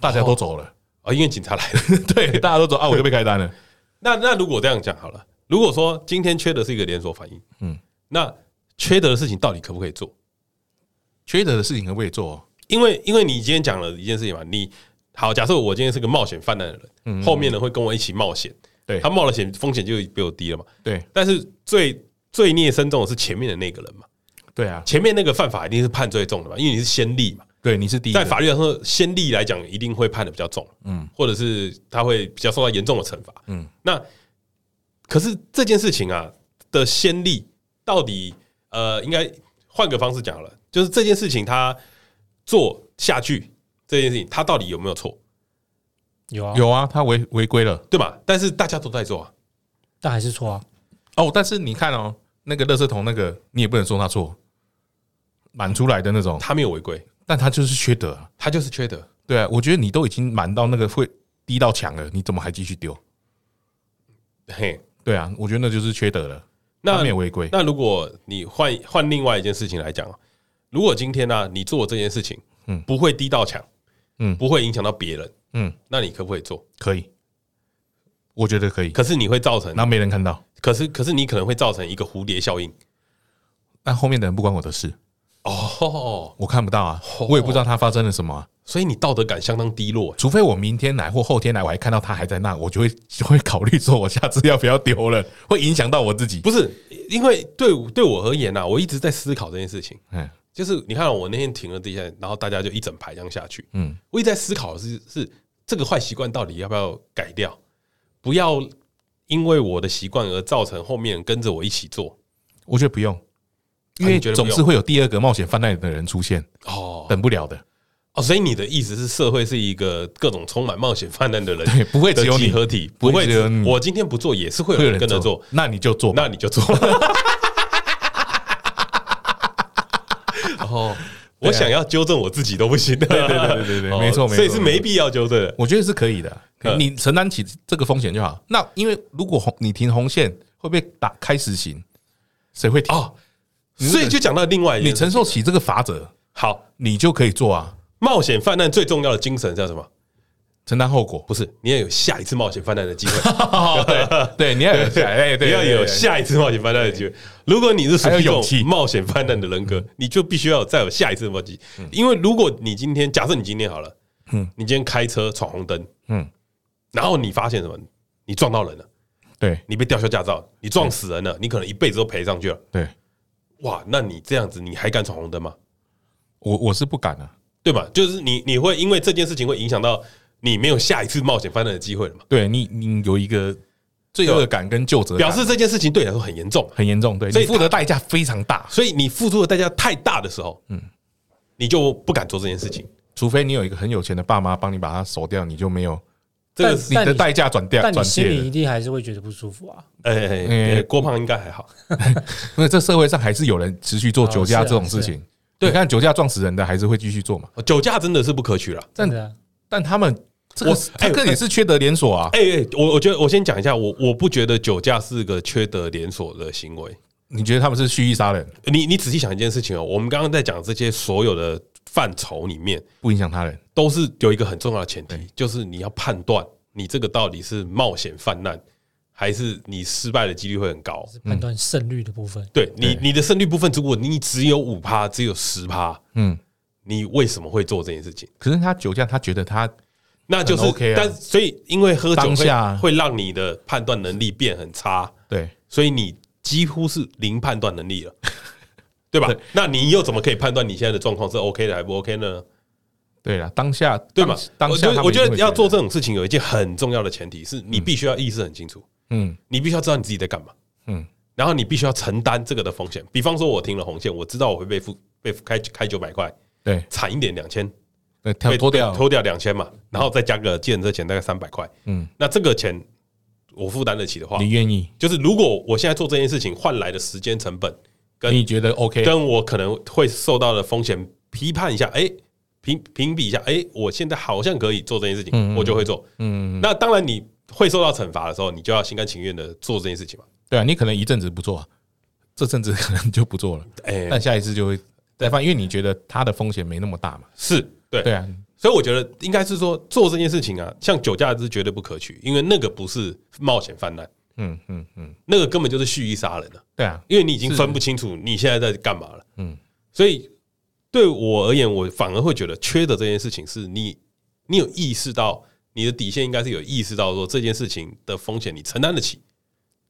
S2: 大家都走了，
S1: 啊，因为警察来了。
S2: [LAUGHS] 对，大家都走啊，我就被开单了。
S1: 那那如果这样讲好了，如果说今天缺的是一个连锁反应，
S2: 嗯
S1: 嗯，那缺德的事情到底可不可以做？
S2: 缺德的事情可不可以做哦？
S1: 因为因为你今天讲了一件事情嘛，你好，假设我今天是个冒险泛滥的人，后面的会跟我一起冒险，
S2: 对
S1: 他冒了险风险就比我低了嘛。
S2: 对
S1: 但是最罪孽深重的是前面的那个人嘛，
S2: 对啊，
S1: 前面那个犯法一定是判最重的嘛，因为你是先例嘛，
S2: 对，你是第一
S1: 在
S2: 个，
S1: 法律上说先例来讲一定会判的比较重，
S2: 嗯
S1: 嗯，或者是他会比较受到严重的惩罚，
S2: 嗯
S1: 嗯，那可是这件事情啊的先例到底呃，应该换个方式讲好了，就是这件事情他做下去这件事情，他到底有没有错，
S3: 有啊，
S2: 有啊，他违违规了
S1: 对吧？但是大家都在做啊，
S3: 但还是错啊。
S2: 哦。但是你看哦，那个垃圾桶那个，你也不能说他错，满出来的那种，
S1: 他没有违规，
S2: 但他就是缺德啊。
S1: 他就是缺德，
S2: 对啊，我觉得你都已经满到那个会低到墙了，你怎么还继续丢？
S1: 嘿。
S2: 对啊，我觉得那就是缺德了，
S1: 那
S2: 他没有违规。
S1: 那如果你换换另外一件事情来讲啊，如果今天呢、啊你做这件事情，
S2: 嗯
S1: 嗯，不会低到墙，
S2: 嗯
S1: 嗯，不会影响到别人，
S2: 嗯，
S1: 那你可不可以做？
S2: 可以，我觉得可以。
S1: 可是你会造成，
S2: 那没人看到，
S1: 可是可是你可能会造成一个蝴蝶效应
S2: 那后面的人不关我的事，
S1: 哦，
S2: 我看不到啊，我也不知道他发生了什么啊、
S1: 所以你道德感相当低落、欸
S2: 除非我明天来或后天来，我还看到他还在那，我就会就会考虑说，我下次要不要丢了， [LAUGHS] 会影响到我自己。
S1: 不是？因为对我对我而言呐、啊我一直在思考这件事情，
S2: 嗯
S1: 就是你看我那天停了地下，然后大家就一整排这样下去，
S2: 嗯，
S1: 我一直在思考的是是这个坏习惯到底要不要改掉，不要因为我的习惯而造成后面跟着我一起做
S2: 我觉得不用，因
S1: 啊
S2: 为
S1: 你觉得不
S2: 总
S1: 用
S2: 是会有第二个冒险犯难的人出现，
S1: 哦
S2: 等不了的。
S1: 哦，所以你的意思是社会是一个各种充满冒险泛滥的人，
S2: [LAUGHS] 对不会只有你
S1: 合体，
S2: 不
S1: 不
S2: 会
S1: 会
S2: 只有你
S1: 我今天不做也是会有人跟着做，，
S2: 那你就做。
S1: 那你就
S2: [LAUGHS]
S1: 做。哦， [LAUGHS] 我想要纠正我自己都不行的，对对
S2: 啊对对对
S1: [LAUGHS]
S2: 没错没错
S1: 哦所以是没必要纠正的。
S2: 我觉得是可以的，
S1: 嗯
S2: 你承担起这个风险就好。那因为如果红你停红线会被打开死刑，谁会停？
S1: 哦，所以就讲到另外一
S2: 嗯你
S1: 件事，
S2: 承受起这个法则，
S1: 好，
S2: 你就可以做啊，
S1: 冒险泛滥最重要的精神叫什么？
S2: 承担后果。哦
S1: 不是，你要有下一次冒险泛滥的机会， [LAUGHS]
S2: 对，你要有哎，对对，
S1: 你要
S2: 对
S1: 有
S2: 对
S1: 下一次冒险泛滥的机会。如果你是属
S2: 还有
S1: 于这
S2: 勇
S1: 种
S2: 气
S1: 冒险泛滥的人格，你就必须要有再有下一次冒险。因为如果你今天假设你今天好了，
S2: 嗯
S1: 你今天开车闯红灯，
S2: 嗯
S1: 嗯，然后你发现什么？你撞到人了，
S2: 对
S1: 你被吊销驾照，你撞死
S2: 嗯
S1: 人了，你可能一辈子都赔上去了。
S2: 对，
S1: 哇，那你这样子你还敢闯红灯吗？
S2: 我我是不敢啊。
S1: 对吧？就是你你会因为这件事情会影响到你没有下一次冒险泛滥的机会了嘛？
S2: 对你，你有一个罪恶感跟疚责感
S1: 表示这件事情对你来说很严重。
S2: 很严重，对
S1: 所
S2: 你
S1: 以
S2: 付的代价非常大，
S1: 所以你付出的代价太大的时候，嗯，你就不敢做这件事情。
S2: 除非你有一个很有钱的爸妈帮你把它守掉，你就没有
S1: 这个
S3: 但
S1: 是，
S2: 你的代价转掉
S3: 但
S2: 啊转
S3: 你心
S2: 借
S3: 里
S2: 了
S3: 一。定还是会觉得不舒服啊。
S1: 哎哎哎
S2: 哎
S1: 哎，郭胖应该还好，
S2: 因为这社会上还是有人持续做酒驾
S3: 哦
S2: 这
S3: 是啊
S2: 种事情。对，看酒驾撞死人的还是会继续做嘛，
S1: 酒驾真的是不可取了。
S2: 但
S3: 真的啊，
S2: 但他们这个
S1: 我
S2: 这个也是缺德连锁啊。
S1: 哎哎，我我觉得我先讲一下，我我不觉得酒驾是个缺德连锁的行为。
S2: 你觉得他们是蓄意杀人，
S1: 你你仔细想一件事情哦，我们刚刚在讲这些所有的范畴里面，
S2: 不影响他人？
S1: 都是有一个很重要的前提，就是你要判断你这个到底是冒险泛滥，还是你失败的几率会很高。
S2: 嗯
S3: 是判断胜率的部分。
S1: 对你
S2: 对
S1: 你的胜率部分，如果你只有五趴，只有十趴，
S2: 嗯，
S1: 你为什么会做这件事情？
S2: 可是他酒驾，他觉得他
S1: 那就是
S2: 很 OK 啊
S1: 但所以因为喝酒
S2: 当
S1: 会
S2: 下啊
S1: 会让你的判断能力变很差，
S2: 对
S1: 所以你几乎是零判断能
S2: [LAUGHS]
S1: 力了，对吧？那你又怎么可以判断你现在的状况是 OK 的还不 OK 呢？
S2: 对了，当下
S1: 对吧？
S2: 当
S1: 我
S2: 当
S1: 觉
S2: 下他
S1: 得
S2: 们
S1: 我觉
S2: 一定
S1: 得
S2: 会
S1: 要做这种事情有一件很重要的前提是你必须要意识很清楚，
S2: 嗯
S1: 你必须要知道你自己在干嘛，
S2: 嗯
S1: 嗯，然后你必须要承担这个的风险。比方说，我停了红线，我知道我会被付被开开九百块，
S2: 对
S1: 惨一点两千，
S2: 对跳
S1: 被
S2: 呃脱掉
S1: 被脱掉两千嘛，然后再加个计程车钱大概三百块，
S2: 嗯
S1: 嗯，那这个钱我负担得起的话
S2: 你，愿意？
S1: 就是如果我现在做这件事情换来的时间成本，跟
S2: 你觉得 OK？
S1: 跟我可能会受到的风险批判一下，哎，评评比一下，哎、我现在好像可以做这件事情，
S2: 嗯嗯
S1: 我就会做。
S2: 嗯，
S1: 那当然你会受到惩罚的时候，你就要心甘情愿的做这件事情嘛。
S2: 对啊，你可能一阵子不做、啊，这阵子可能就不做了，
S1: 哎、
S2: 但下一次就会再犯，因为你觉得它的风险没那么大嘛。
S1: 是对，
S2: 对啊，
S1: 所以我觉得应该是说做这件事情啊，像酒驾是绝对不可取，因为那个不是冒险泛滥，
S2: 嗯嗯嗯，
S1: 那个根本就是蓄意杀人了、
S2: 对啊，
S1: 因为你已经
S2: 是
S1: 分不清楚你现在在干嘛了。
S2: 嗯，
S1: 所以对我而言，我反而会觉得缺的这件事情是你，你有意识到你的底线应该是有意识到说这件事情的风险你承担得起。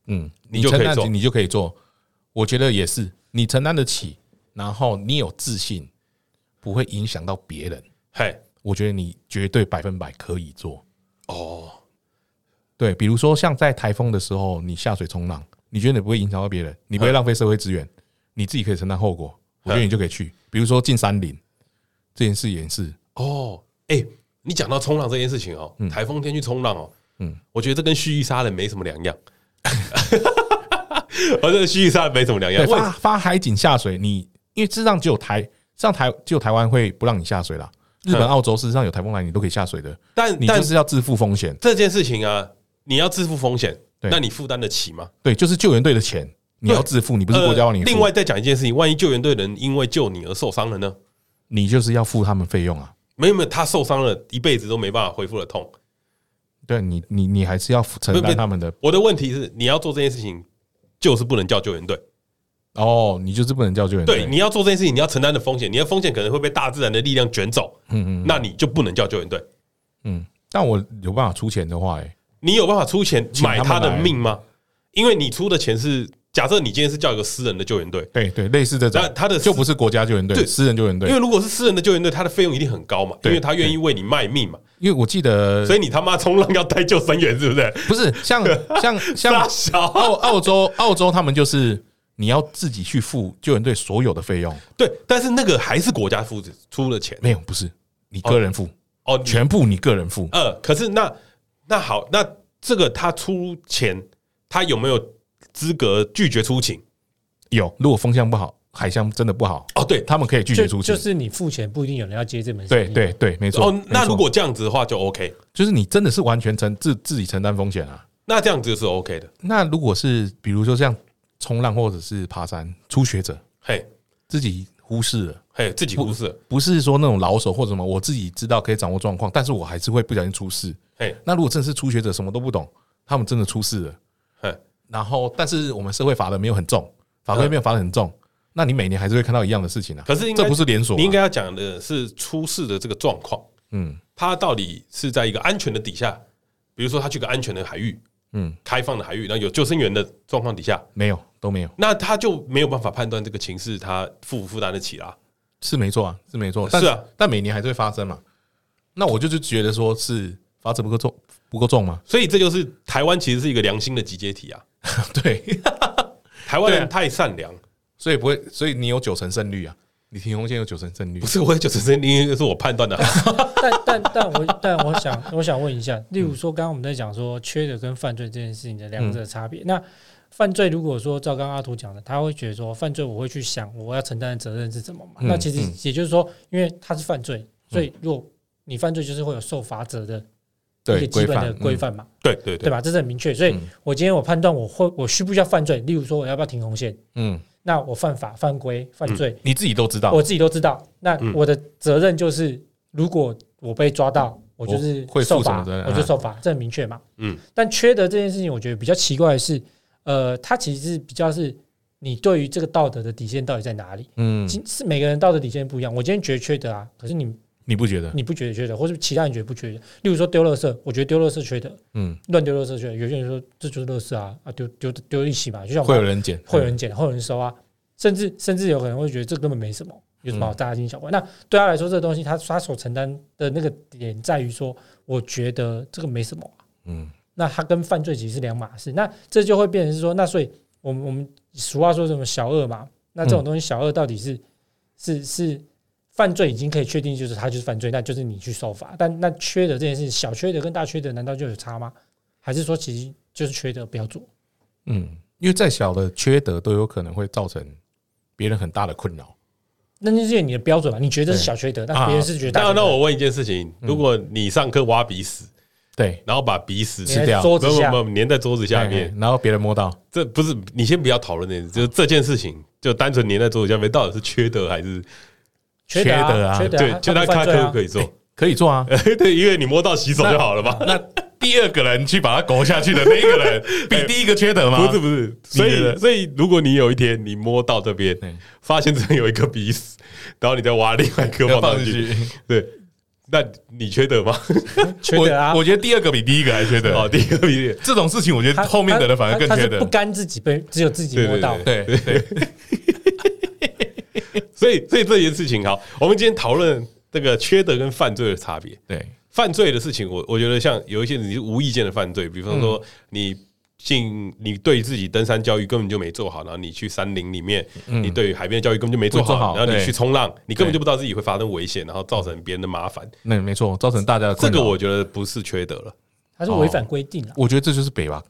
S2: 嗯，
S1: 你就可以
S2: 承担
S1: 做
S2: 你就可以做。我觉得也是，你承担得起，然后你有自信，不会影响到别人。
S1: 嘿，
S2: 我觉得你绝对百分百可以做。
S1: 哦，
S2: 对，比如说像在台风的时候，你下水冲浪，你觉得你不会影响到别人，你
S1: 嗯
S2: 不会浪费社会资源，你自己可以承担后果，我觉得你就可以去。比如说进山林这件事也是，
S1: 哦，哎、你讲到冲浪这件事情哦，台风天去冲浪哦，
S2: 嗯
S1: 嗯，我觉得这跟蓄意杀人没什么两样。 [LAUGHS] 我觉得蓄意杀人没什么两样
S2: 对，，
S1: 为
S2: 哎发发海警下水，你因为事实上只有台，事实上台只有台湾会不让你下水啦。日本、
S1: 嗯
S2: 澳洲事实上有台风来，你都可以下水的，
S1: 但
S2: 你
S1: 但
S2: 就是要自负风险。
S1: 这件事情啊，你要自负风险，
S2: 对
S1: 那你负担得起吗？
S2: 对，就是救援队的钱你要自负，你不是国家帮你
S1: 呃
S2: 付，
S1: 另外再讲一件事情，万一救援队人因为救你而受伤了呢？
S2: 你就是要付他们费用啊。
S1: 没有没有，他受伤了一辈子都没办法恢复的痛。
S2: 对你，你你还是要付承
S1: 不
S2: 担
S1: 不
S2: 他们的
S1: 我的问题是，你要做这件事情，就是不能叫救援队。
S2: 哦，你就是不能叫救援队。
S1: 对，你要做这件事情，你要承担的风险，你的风险可能会被大自然的力量卷走，
S2: 嗯嗯
S1: 那你就不能叫救援队。
S2: 嗯，但我有办法出钱的话、欸，
S1: 你有办法出钱
S2: 请他
S1: 买
S2: 们
S1: 他的
S2: 来
S1: 命吗？因为你出的钱是，假设你今天是叫一个私人的救援队，
S2: 对对，类似这种
S1: 那，他的
S2: 就不是国家救援队，
S1: 对
S2: 私人救援队
S1: 因。为如果是私人的救援队，他的费用一定很高嘛，因
S2: 对
S1: 为他愿意为你卖命嘛，
S2: 因为我记得，
S1: 所以你他妈冲浪要带救生员是
S2: [LAUGHS]
S1: 不是？
S2: 不是
S1: [LAUGHS]
S2: 像像
S1: 大
S2: 像
S1: 小
S2: 澳澳洲澳洲他们就是你要自己去付救援队所有的费用，
S1: 对，但是那个还是国家付出的钱
S2: 没有不是你个人付，
S1: 哦，你
S2: 全部你个人付。
S1: 呃，可是那那好，那这个他出钱，他有没有资格拒绝出勤？
S2: 有，如果风向不好，海象真的不好，
S1: 哦，对，
S2: 他们可以拒绝
S3: 就
S2: 出去
S3: 就。是你付钱，不一定有人要接这门生
S2: 对
S3: 意。
S2: 对对，没错。
S1: 哦，那
S2: 没错
S1: 如果这样子的话就 OK，
S2: 就是你真的是完全承自自己承担风险啊，
S1: 那这样子是 OK 的，
S2: 那如果是比如说像冲浪或者是爬山，初学者
S1: 嘿，
S2: 自己忽视了，
S1: 嘿，自己忽视了，
S2: 不是说那种老手或者什么，我自己知道可以掌握状况，但是我还是会不小心出事。
S1: 嘿，
S2: 那如果真的是初学者，什么都不懂，他们真的出事了，
S1: 嘿，
S2: 然后但是我们社会罚的没有很重，法规
S1: 嗯
S2: 没有罚的很重，那你每年还是会看到一样的事情啊。
S1: 可是应该
S2: 这不是连锁啊，
S1: 你应该要讲的是出事的这个状况，
S2: 嗯
S1: 他到底是在一个安全的底下，比如说他去个安全的海域、
S2: 嗯
S1: 开放的海域，然后有救生员的状况底下，
S2: 没有都没有，
S1: 那他就没有办法判断这个情势他负不负担得起啦。
S2: 是没错啊，是没错，
S1: 是
S2: 但
S1: 啊
S2: 但每年还是会发生嘛。那我就是觉得说是罚则不够重，不够重嘛， [LAUGHS]
S1: 所以这就是台湾其实是一个良心的集结体啊，
S2: 对。
S1: 台湾
S2: 对啊
S1: 人太善良。
S2: 所以不会，所以你有九成胜率啊，你停红线有九成胜率
S1: 不，是，我也觉得是因为是我判断的好，
S3: [LAUGHS] 但但但我但我想我想问一下，例如说刚刚我们在讲说缺德跟犯罪这件事情的
S2: 嗯
S3: 两者差别，那犯罪如果说照刚刚阿图讲的，他会觉得说犯罪我会去想我要承担的责任是什么嘛？
S2: 嗯
S3: 那其实也就是说，因为他是犯罪，所以如果你犯罪就是会有受罚者的一
S2: 对
S3: 个基
S2: 规
S3: 本的
S2: 范
S3: 规，范嘛，
S1: [LAUGHS] 对对
S3: 对
S1: 对，
S3: 吧？这是很明确。所以
S2: 嗯
S3: 我今天我判断我会我需不需要犯罪，例如说我要不要停红线，
S2: 嗯，嗯
S3: 那我犯法犯规犯罪，
S2: 你自己都知道，
S3: 我自己都知道。那
S1: 嗯
S3: 我的责任就是，如果我被抓到，我就是
S2: 会负
S3: 受
S2: 什么
S3: 罚
S2: 责任，
S3: 我就
S2: 啊
S3: 受罚，这很明确嘛。
S1: 嗯，
S3: 但缺德这件事情，我觉得比较奇怪的是，呃，它其实是比较是你对于这个道德的底线到底在哪里？
S2: 嗯，
S3: 其是每个人道德底线不一样。我今天觉得缺德啊，可是你
S2: 你不觉得？嗯
S3: 你不觉得缺德，或是其他人觉得不缺德。例如说丢垃圾，我觉得丢垃圾缺德，
S2: 嗯，
S3: 乱丢垃圾缺德。有些人说这就是垃圾啊，啊丢丢丢一起嘛，就像我
S2: 会有人捡，
S3: 会有人捡，会有人收啊，甚至甚至有可能会觉得这根本没什么，有什么好大惊小怪？那对他来说，这个东西他他所承担的那个点在于说，我觉得这个没什么啊、
S2: 嗯，
S3: 那他跟犯罪其实是两码事，那这就会变成是说，那所以我们我们俗话说什么小恶嘛，那这种东西小恶到底是、是是犯罪已经可以确定就是他就是犯罪，那就是你去受罚，但那缺德这件事，小缺德跟大缺德难道就有差吗？还是说其实就是缺德不要做？
S2: 嗯，因为再小的缺德都有可能会造成别人很大的困扰，
S3: 那就是因为你的标准嘛，你觉得是小缺德，但别人是觉
S2: 啊
S3: 得大
S1: 啊
S3: 嗯
S1: 那
S3: 缺
S1: 那
S3: 德。
S1: 我问一件事情：如果你上课挖鼻屎，
S2: 对，
S1: 然后把鼻屎
S3: 你
S2: 吃
S3: 在
S2: 掉
S3: 桌
S1: 不
S3: 子
S1: 不
S3: 下，
S1: 不，粘在桌子下
S2: 嘿
S1: 面，
S2: 嘿然后别人摸到，
S1: 这不是你先不要讨论那，就是这件事情，就单纯粘在桌子下面，到底是缺德还是
S3: 缺德
S2: 缺德啊
S3: 缺德
S1: 对？就他
S3: 他
S1: 看
S3: 不犯
S1: 可
S3: 罪
S1: 不
S3: 啊
S1: 可以做？ [LAUGHS]
S2: 可以做啊。
S1: 对，因为你摸到洗手就好了嘛。
S2: 那第二个人去把它勾下去的那一个人，比第一个缺德吗？
S1: 不是不是，所
S2: 你觉
S1: 以
S2: 得
S1: 所以如果你有一天你摸到这边
S2: 对，
S1: 发现这边有一个鼻屎，然后你再挖另外一颗
S2: 要
S1: 放
S2: 放
S1: 上
S2: 进
S1: 去，
S2: 去。
S1: [LAUGHS] 对，那你缺德吗？
S3: 缺德啊
S2: 我！我觉得 [LAUGHS] 第二个比第一个还缺德。
S1: 哦，第一个鼻屎，
S2: 这种事情，我觉
S3: 他
S2: 得后面的人反而更
S3: 他他
S2: 缺
S3: 是
S2: 德
S3: 不。甘自己被只有自己
S1: 对
S3: 摸
S1: 对
S3: 到
S1: 对。
S2: 对对，
S1: 所以所以这件事情好，我们今天讨论这个缺德跟犯罪的差别。
S2: 对，
S1: 犯罪的事情，我我觉得像有一些你是无意间的犯罪，比方
S2: 嗯
S1: 说你进你对自己登山教育根本就没做好，然后你去山林里面，你对于海边的教育根本就没做
S2: 嗯没做
S1: 好，
S2: 好
S1: 然后你
S2: 对
S1: 去冲浪，你根本就不知道自己会发生危险，然后造成别人的麻烦。
S2: 那没错，造成大家的
S1: 这
S2: 困扰
S1: 个我觉得不是缺德了。
S3: 他是违反规定啊了。
S2: 我觉得这就是北吧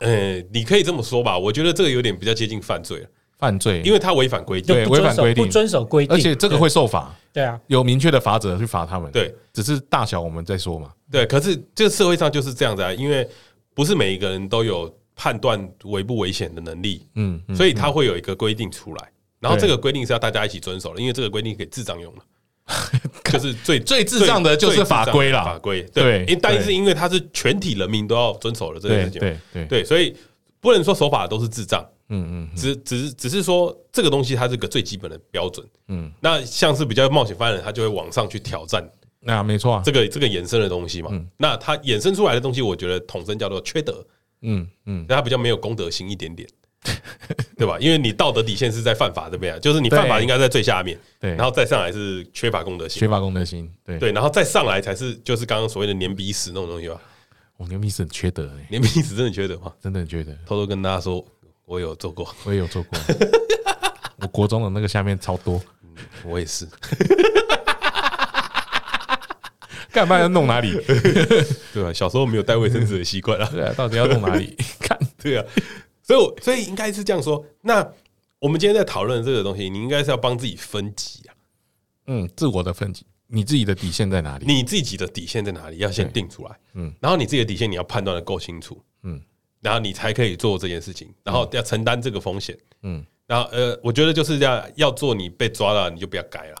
S1: 呃，你可以这么说吧，我觉得这个有点比较接近犯罪了，
S2: 犯罪，
S1: 因为他违反规定。
S3: 就
S2: 对
S3: 不
S2: 违
S3: 遵
S2: 反
S3: 守
S2: 规定
S3: 不遵守规定，
S2: 而且这个会受罚，
S3: 对啊，
S2: 有明确的罚则去罚他们。
S1: 对，
S2: 只是大小我们再说嘛。
S1: 对，可是这社会上就是这样子啊，因为不是每一个人都有判断危不危险的能力，
S2: 嗯，嗯
S1: 所以他会有一个规定出来。然后
S2: 对
S1: 这个规定是要大家一起遵守的，因为这个规定给智障用的，
S2: [LAUGHS]
S1: 就是最
S2: 最智障的就是
S1: 最智障
S2: 法规啦
S1: 法规
S2: 对
S1: 对，因但
S2: 对
S1: 是因为它是全体人民都要遵守的这件
S2: 对
S1: 事情，
S2: 对对，
S1: 对，所以不能说守法的都是智障，
S2: 嗯嗯
S1: 只只是只是说这个东西它是个最基本的标准。
S2: 嗯，
S1: 那像是比较冒险犯人，他就会往上去挑战
S2: 那没错啊。
S1: 这个这个衍生的东西嘛。
S2: 嗯
S1: 那它衍生出来的东西，我觉得统称叫做缺德，
S2: 嗯嗯，
S1: 那它比较没有公德心一点 [LAUGHS] 点，对吧？因为你道德底线是在犯法这边啊，就是你犯法
S2: 对
S1: 应该在最下面，
S2: 对。
S1: 然后再上来是缺乏公德心
S2: 缺，乏公德心，对，
S1: 对，然后再上来才是就是刚刚所谓的粘鼻屎那种东
S2: [LAUGHS]
S1: 西吧。
S2: 我牛逼是很缺德哎，
S1: 粘鼻屎真的缺德吗？
S2: 真的很缺德。
S1: 偷偷跟大家说，我有做
S2: [LAUGHS]
S1: 过，
S2: 我也有做过，我国中的那个下面超多，
S1: 我也是。
S2: 干嘛要弄哪 [LAUGHS] 里？
S1: 对啊，小时候没有带卫生纸的习惯
S2: [LAUGHS]
S1: 啊。
S2: 对啊，到底要弄哪里？ [LAUGHS] 看，
S1: 对啊，所以我所以应该是这样说。那我们今天在讨论这个东西，你应该是要帮自己分级啊，
S2: 嗯，自我的分级，你自己的底线在哪里？
S1: 你自己的底线在哪里，要先定出来。嗯
S2: 嗯，
S1: 然后你自己的底线你要判断的够清楚。嗯
S2: 嗯，
S1: 然后你才可以做这件事情，然后要承担这个风险。嗯
S2: 嗯，
S1: 然后呃，我觉得就是要要做，你被抓了你就不要改了。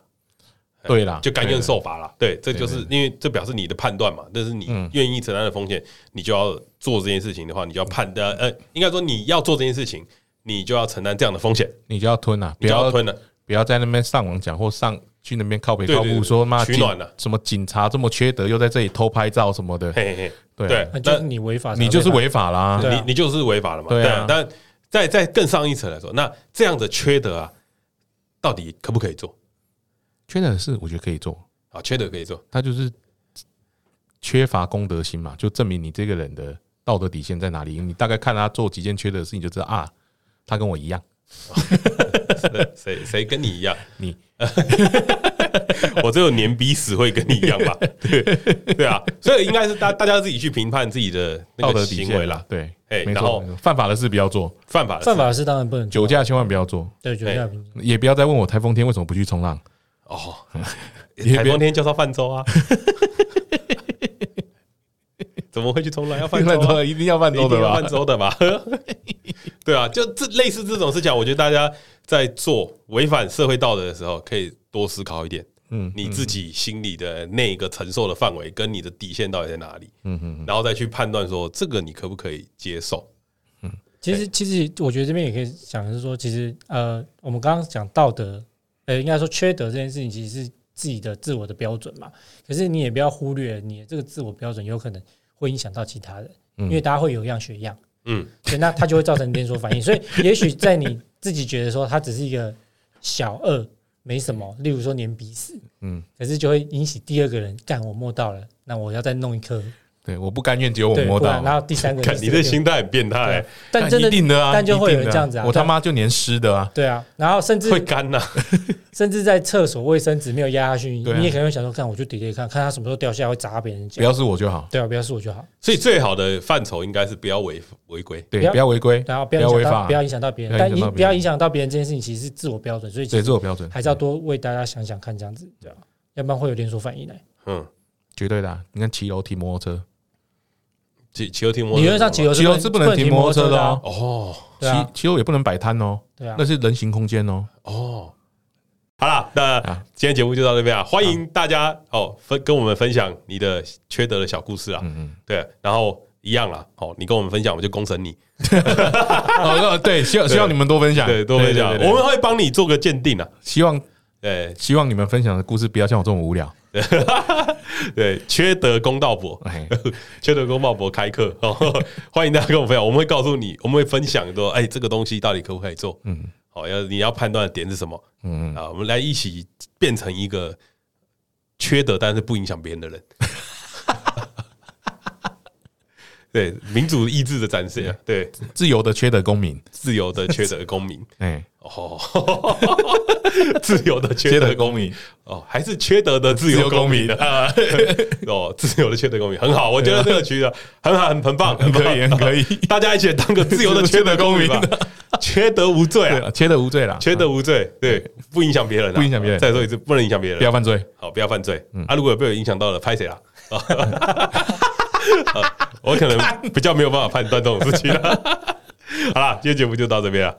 S2: 对啦，
S1: 就甘愿
S2: 对啦。
S1: 受罚了。对，这就是因为这表示你的判断嘛，这是你愿意承担的风险，你就要做这件事情的话，你就要判断，呃，应该说你要做这件事情，你就要承担这样的风险，
S2: 你就要吞啊，不
S1: 你就要
S2: 要
S1: 吞了。
S2: 不要在那边上网讲或上去那边靠北
S1: 对
S2: 靠
S1: 对
S2: 步
S1: 对
S2: 说妈
S1: 取
S2: 警
S1: 暖啊
S2: 什么警察这么缺德，又在这里偷拍照什么的，
S1: 嘿嘿嘿，
S2: 对
S1: 对
S2: 啊，
S3: 那就是
S1: 但
S3: 你违法，
S2: 你就是违法啦
S3: 对。啊
S1: 你你就是违法了嘛。
S2: 对啊
S1: 但再再更上一层来说，那这样的缺德啊，到底可不可以做
S2: 缺德的事我觉得可以做，
S1: 啊？缺德可以
S2: [LAUGHS]
S1: 做，
S2: 他就是缺乏公德心嘛，就证明你这个人的道德底线在哪里。你大概看他做几件缺德的事情，就知道啊，他跟我一样。
S1: 对谁谁跟你一样？
S2: 你
S1: [LAUGHS] 我只有年鼻屎会跟你一样吧？对对啊，所以应该是大大家自己去评判自己的那
S2: 道
S1: 个
S2: 德底
S1: 行
S2: 线
S1: 为啦
S2: 啊。对，
S1: 哎
S2: 没
S1: 然后
S2: 错，没错犯法的事不要做，
S1: 犯法的事
S3: 犯法的事当然不能做啊
S2: 酒驾千万不要做，
S3: 对酒驾不能做
S2: 也不要再问我台风天为什么不去
S1: [LAUGHS]
S2: 冲浪。 [LAUGHS]
S1: 哦，
S2: 也
S1: 台
S2: 不要
S1: 风天叫他泛舟
S2: [LAUGHS]
S1: 啊， [LAUGHS] 怎么会去
S2: [LAUGHS]
S1: 冲浪？要泛
S2: 泛
S1: 舟、
S2: 舟
S1: 啊，
S2: 的一定要泛
S1: 一
S2: 舟的
S1: 定要
S2: 吧
S1: 泛？舟的吧？ [LAUGHS] 对啊，就这类似这种事情，啊我觉得大家在做违反社会道德的时候，可以多思考一点。嗯
S2: 嗯，
S1: 你自己心里的那个承受的范围跟你的底线到底在哪里？
S2: 嗯嗯，
S1: 然后再去判断说这个你可不可以接受？
S3: 其实，其实我觉得这边也可以讲的是说，其实呃，我们刚刚讲道德，呃，应该说缺德这件事情，其实是自己的自我的标准嘛。可是你也不要忽略，你的这个自我标准有可能会影响到其他人，因为大家会有样学样，
S1: 嗯，
S3: 所以那它就会造成连锁反应。所以， [LAUGHS] 也许在你自己觉得说它只是一个小恶，没什么，例如说粘鼻屎，
S2: 嗯，
S3: 可是就会引起第二个人，干我摸到了，那我要再弄一颗，
S2: 对，我不甘愿只有我
S3: 对，
S2: 摸
S3: 不然
S2: 到，
S3: 然后第
S1: [LAUGHS]
S3: 三个就
S1: 看
S3: 是
S1: 你
S3: 这
S1: 的
S3: 个
S1: 心态很变态，
S3: 但真的
S2: 一定的啊，
S3: 但就会有人
S2: 一定的啊
S3: 这样子啊
S2: 我他妈就粘湿的啊，
S3: 对啊，然后甚至
S1: 会干呐。
S3: 甚至在厕所卫生纸没有压下去，
S2: 对啊
S3: 你也可能会想说，看我就叠叠看看它什么时候掉下来会砸到别人
S2: 不
S3: 脚。
S2: 要是我就好，
S3: 对啊，不要是我就好，
S1: 所以最好的范畴应该是不要违违规。
S3: 不
S2: 对，
S3: 要
S2: 不要违规，
S3: 然后不
S2: 不
S3: 要
S2: 要
S3: 影
S2: 违
S3: 响到
S2: 法，
S3: 不要影响到别人，
S2: 不要
S3: 但
S2: 影响到别人
S3: 不要影响到别人这件事情其实是自我标准，所以其
S2: 对，
S3: 实
S2: 这种标准
S3: 还是要多为大家想想看，这样子对啊，要不然会有连锁反应欸来。
S1: 嗯，
S2: 绝对的啊。你看骑楼骑摩托车，
S1: 骑骑车停摩托车
S3: 理论上骑油
S2: 骑楼是不能
S3: 停
S2: 停摩托车
S3: 车
S2: 的
S3: 啊
S2: 哦，
S1: 哦
S3: 对啊
S2: 骑骑楼也不能摆摊哦，
S3: 对啊
S2: 那，是人行空间哦。 [LAUGHS]
S1: 哦。好啦，那
S2: 啊
S1: 今天节目就到这边啊！欢迎大家哦，分跟我们分享你的缺德的小故事啊，
S2: 嗯嗯，
S1: 对，然后一样啦，哦，你跟我们分享，我们就公审你，
S2: 哦，对，希望希望你们多分享，
S1: 对，多分享，
S2: 啊对对对
S1: 我们会帮你做个鉴定啊，哎
S2: 希望
S1: 对
S2: 希望你们分享的故事不要像我这种无聊，
S1: 对，缺德公道博，
S2: 哎，
S1: [LAUGHS] 缺德公道博开课哦， [LAUGHS] 欢迎大家跟我们分享，我们会告诉你，我们会分享说，哎，这个东西到底可不可以做？嗯，好、要你要判断的点是什么？
S2: 嗯，
S1: 啊，我们来一起变成一个缺德但是不影响别人的人。 [LAUGHS] 对民主意志的展示，啊对
S2: 自由的缺德公民，
S1: 自由的缺德公民
S2: 哎，
S1: 哦， [LAUGHS] 自由的缺德公民
S2: 民，
S1: 哦，还是缺德的自由公民
S2: 自由
S1: [LAUGHS] 啊？哦，自由的缺德公民很好，我觉得这个区的很好，很很棒，很棒
S2: 可 [LAUGHS] 以，很
S1: [LAUGHS]
S2: 可以，
S1: 大家一起当个自由的缺德公民吧， [LAUGHS] 缺德无罪啊，
S2: 对缺德无罪啦，
S1: 缺德无罪，对，不影响别人啊，
S2: 不影响别人
S1: 再说一次，不能影响别人啊
S2: 不，要犯罪，
S1: 好，不要犯罪。啊，如果有被我影响到了，拍谁啊？ [LAUGHS] 啊我可能比较没有办法判断这种事情啊了。啊好啦，今天节目就到这边了，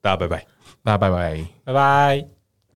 S1: 大家拜拜。
S2: 那拜拜。
S3: 拜拜。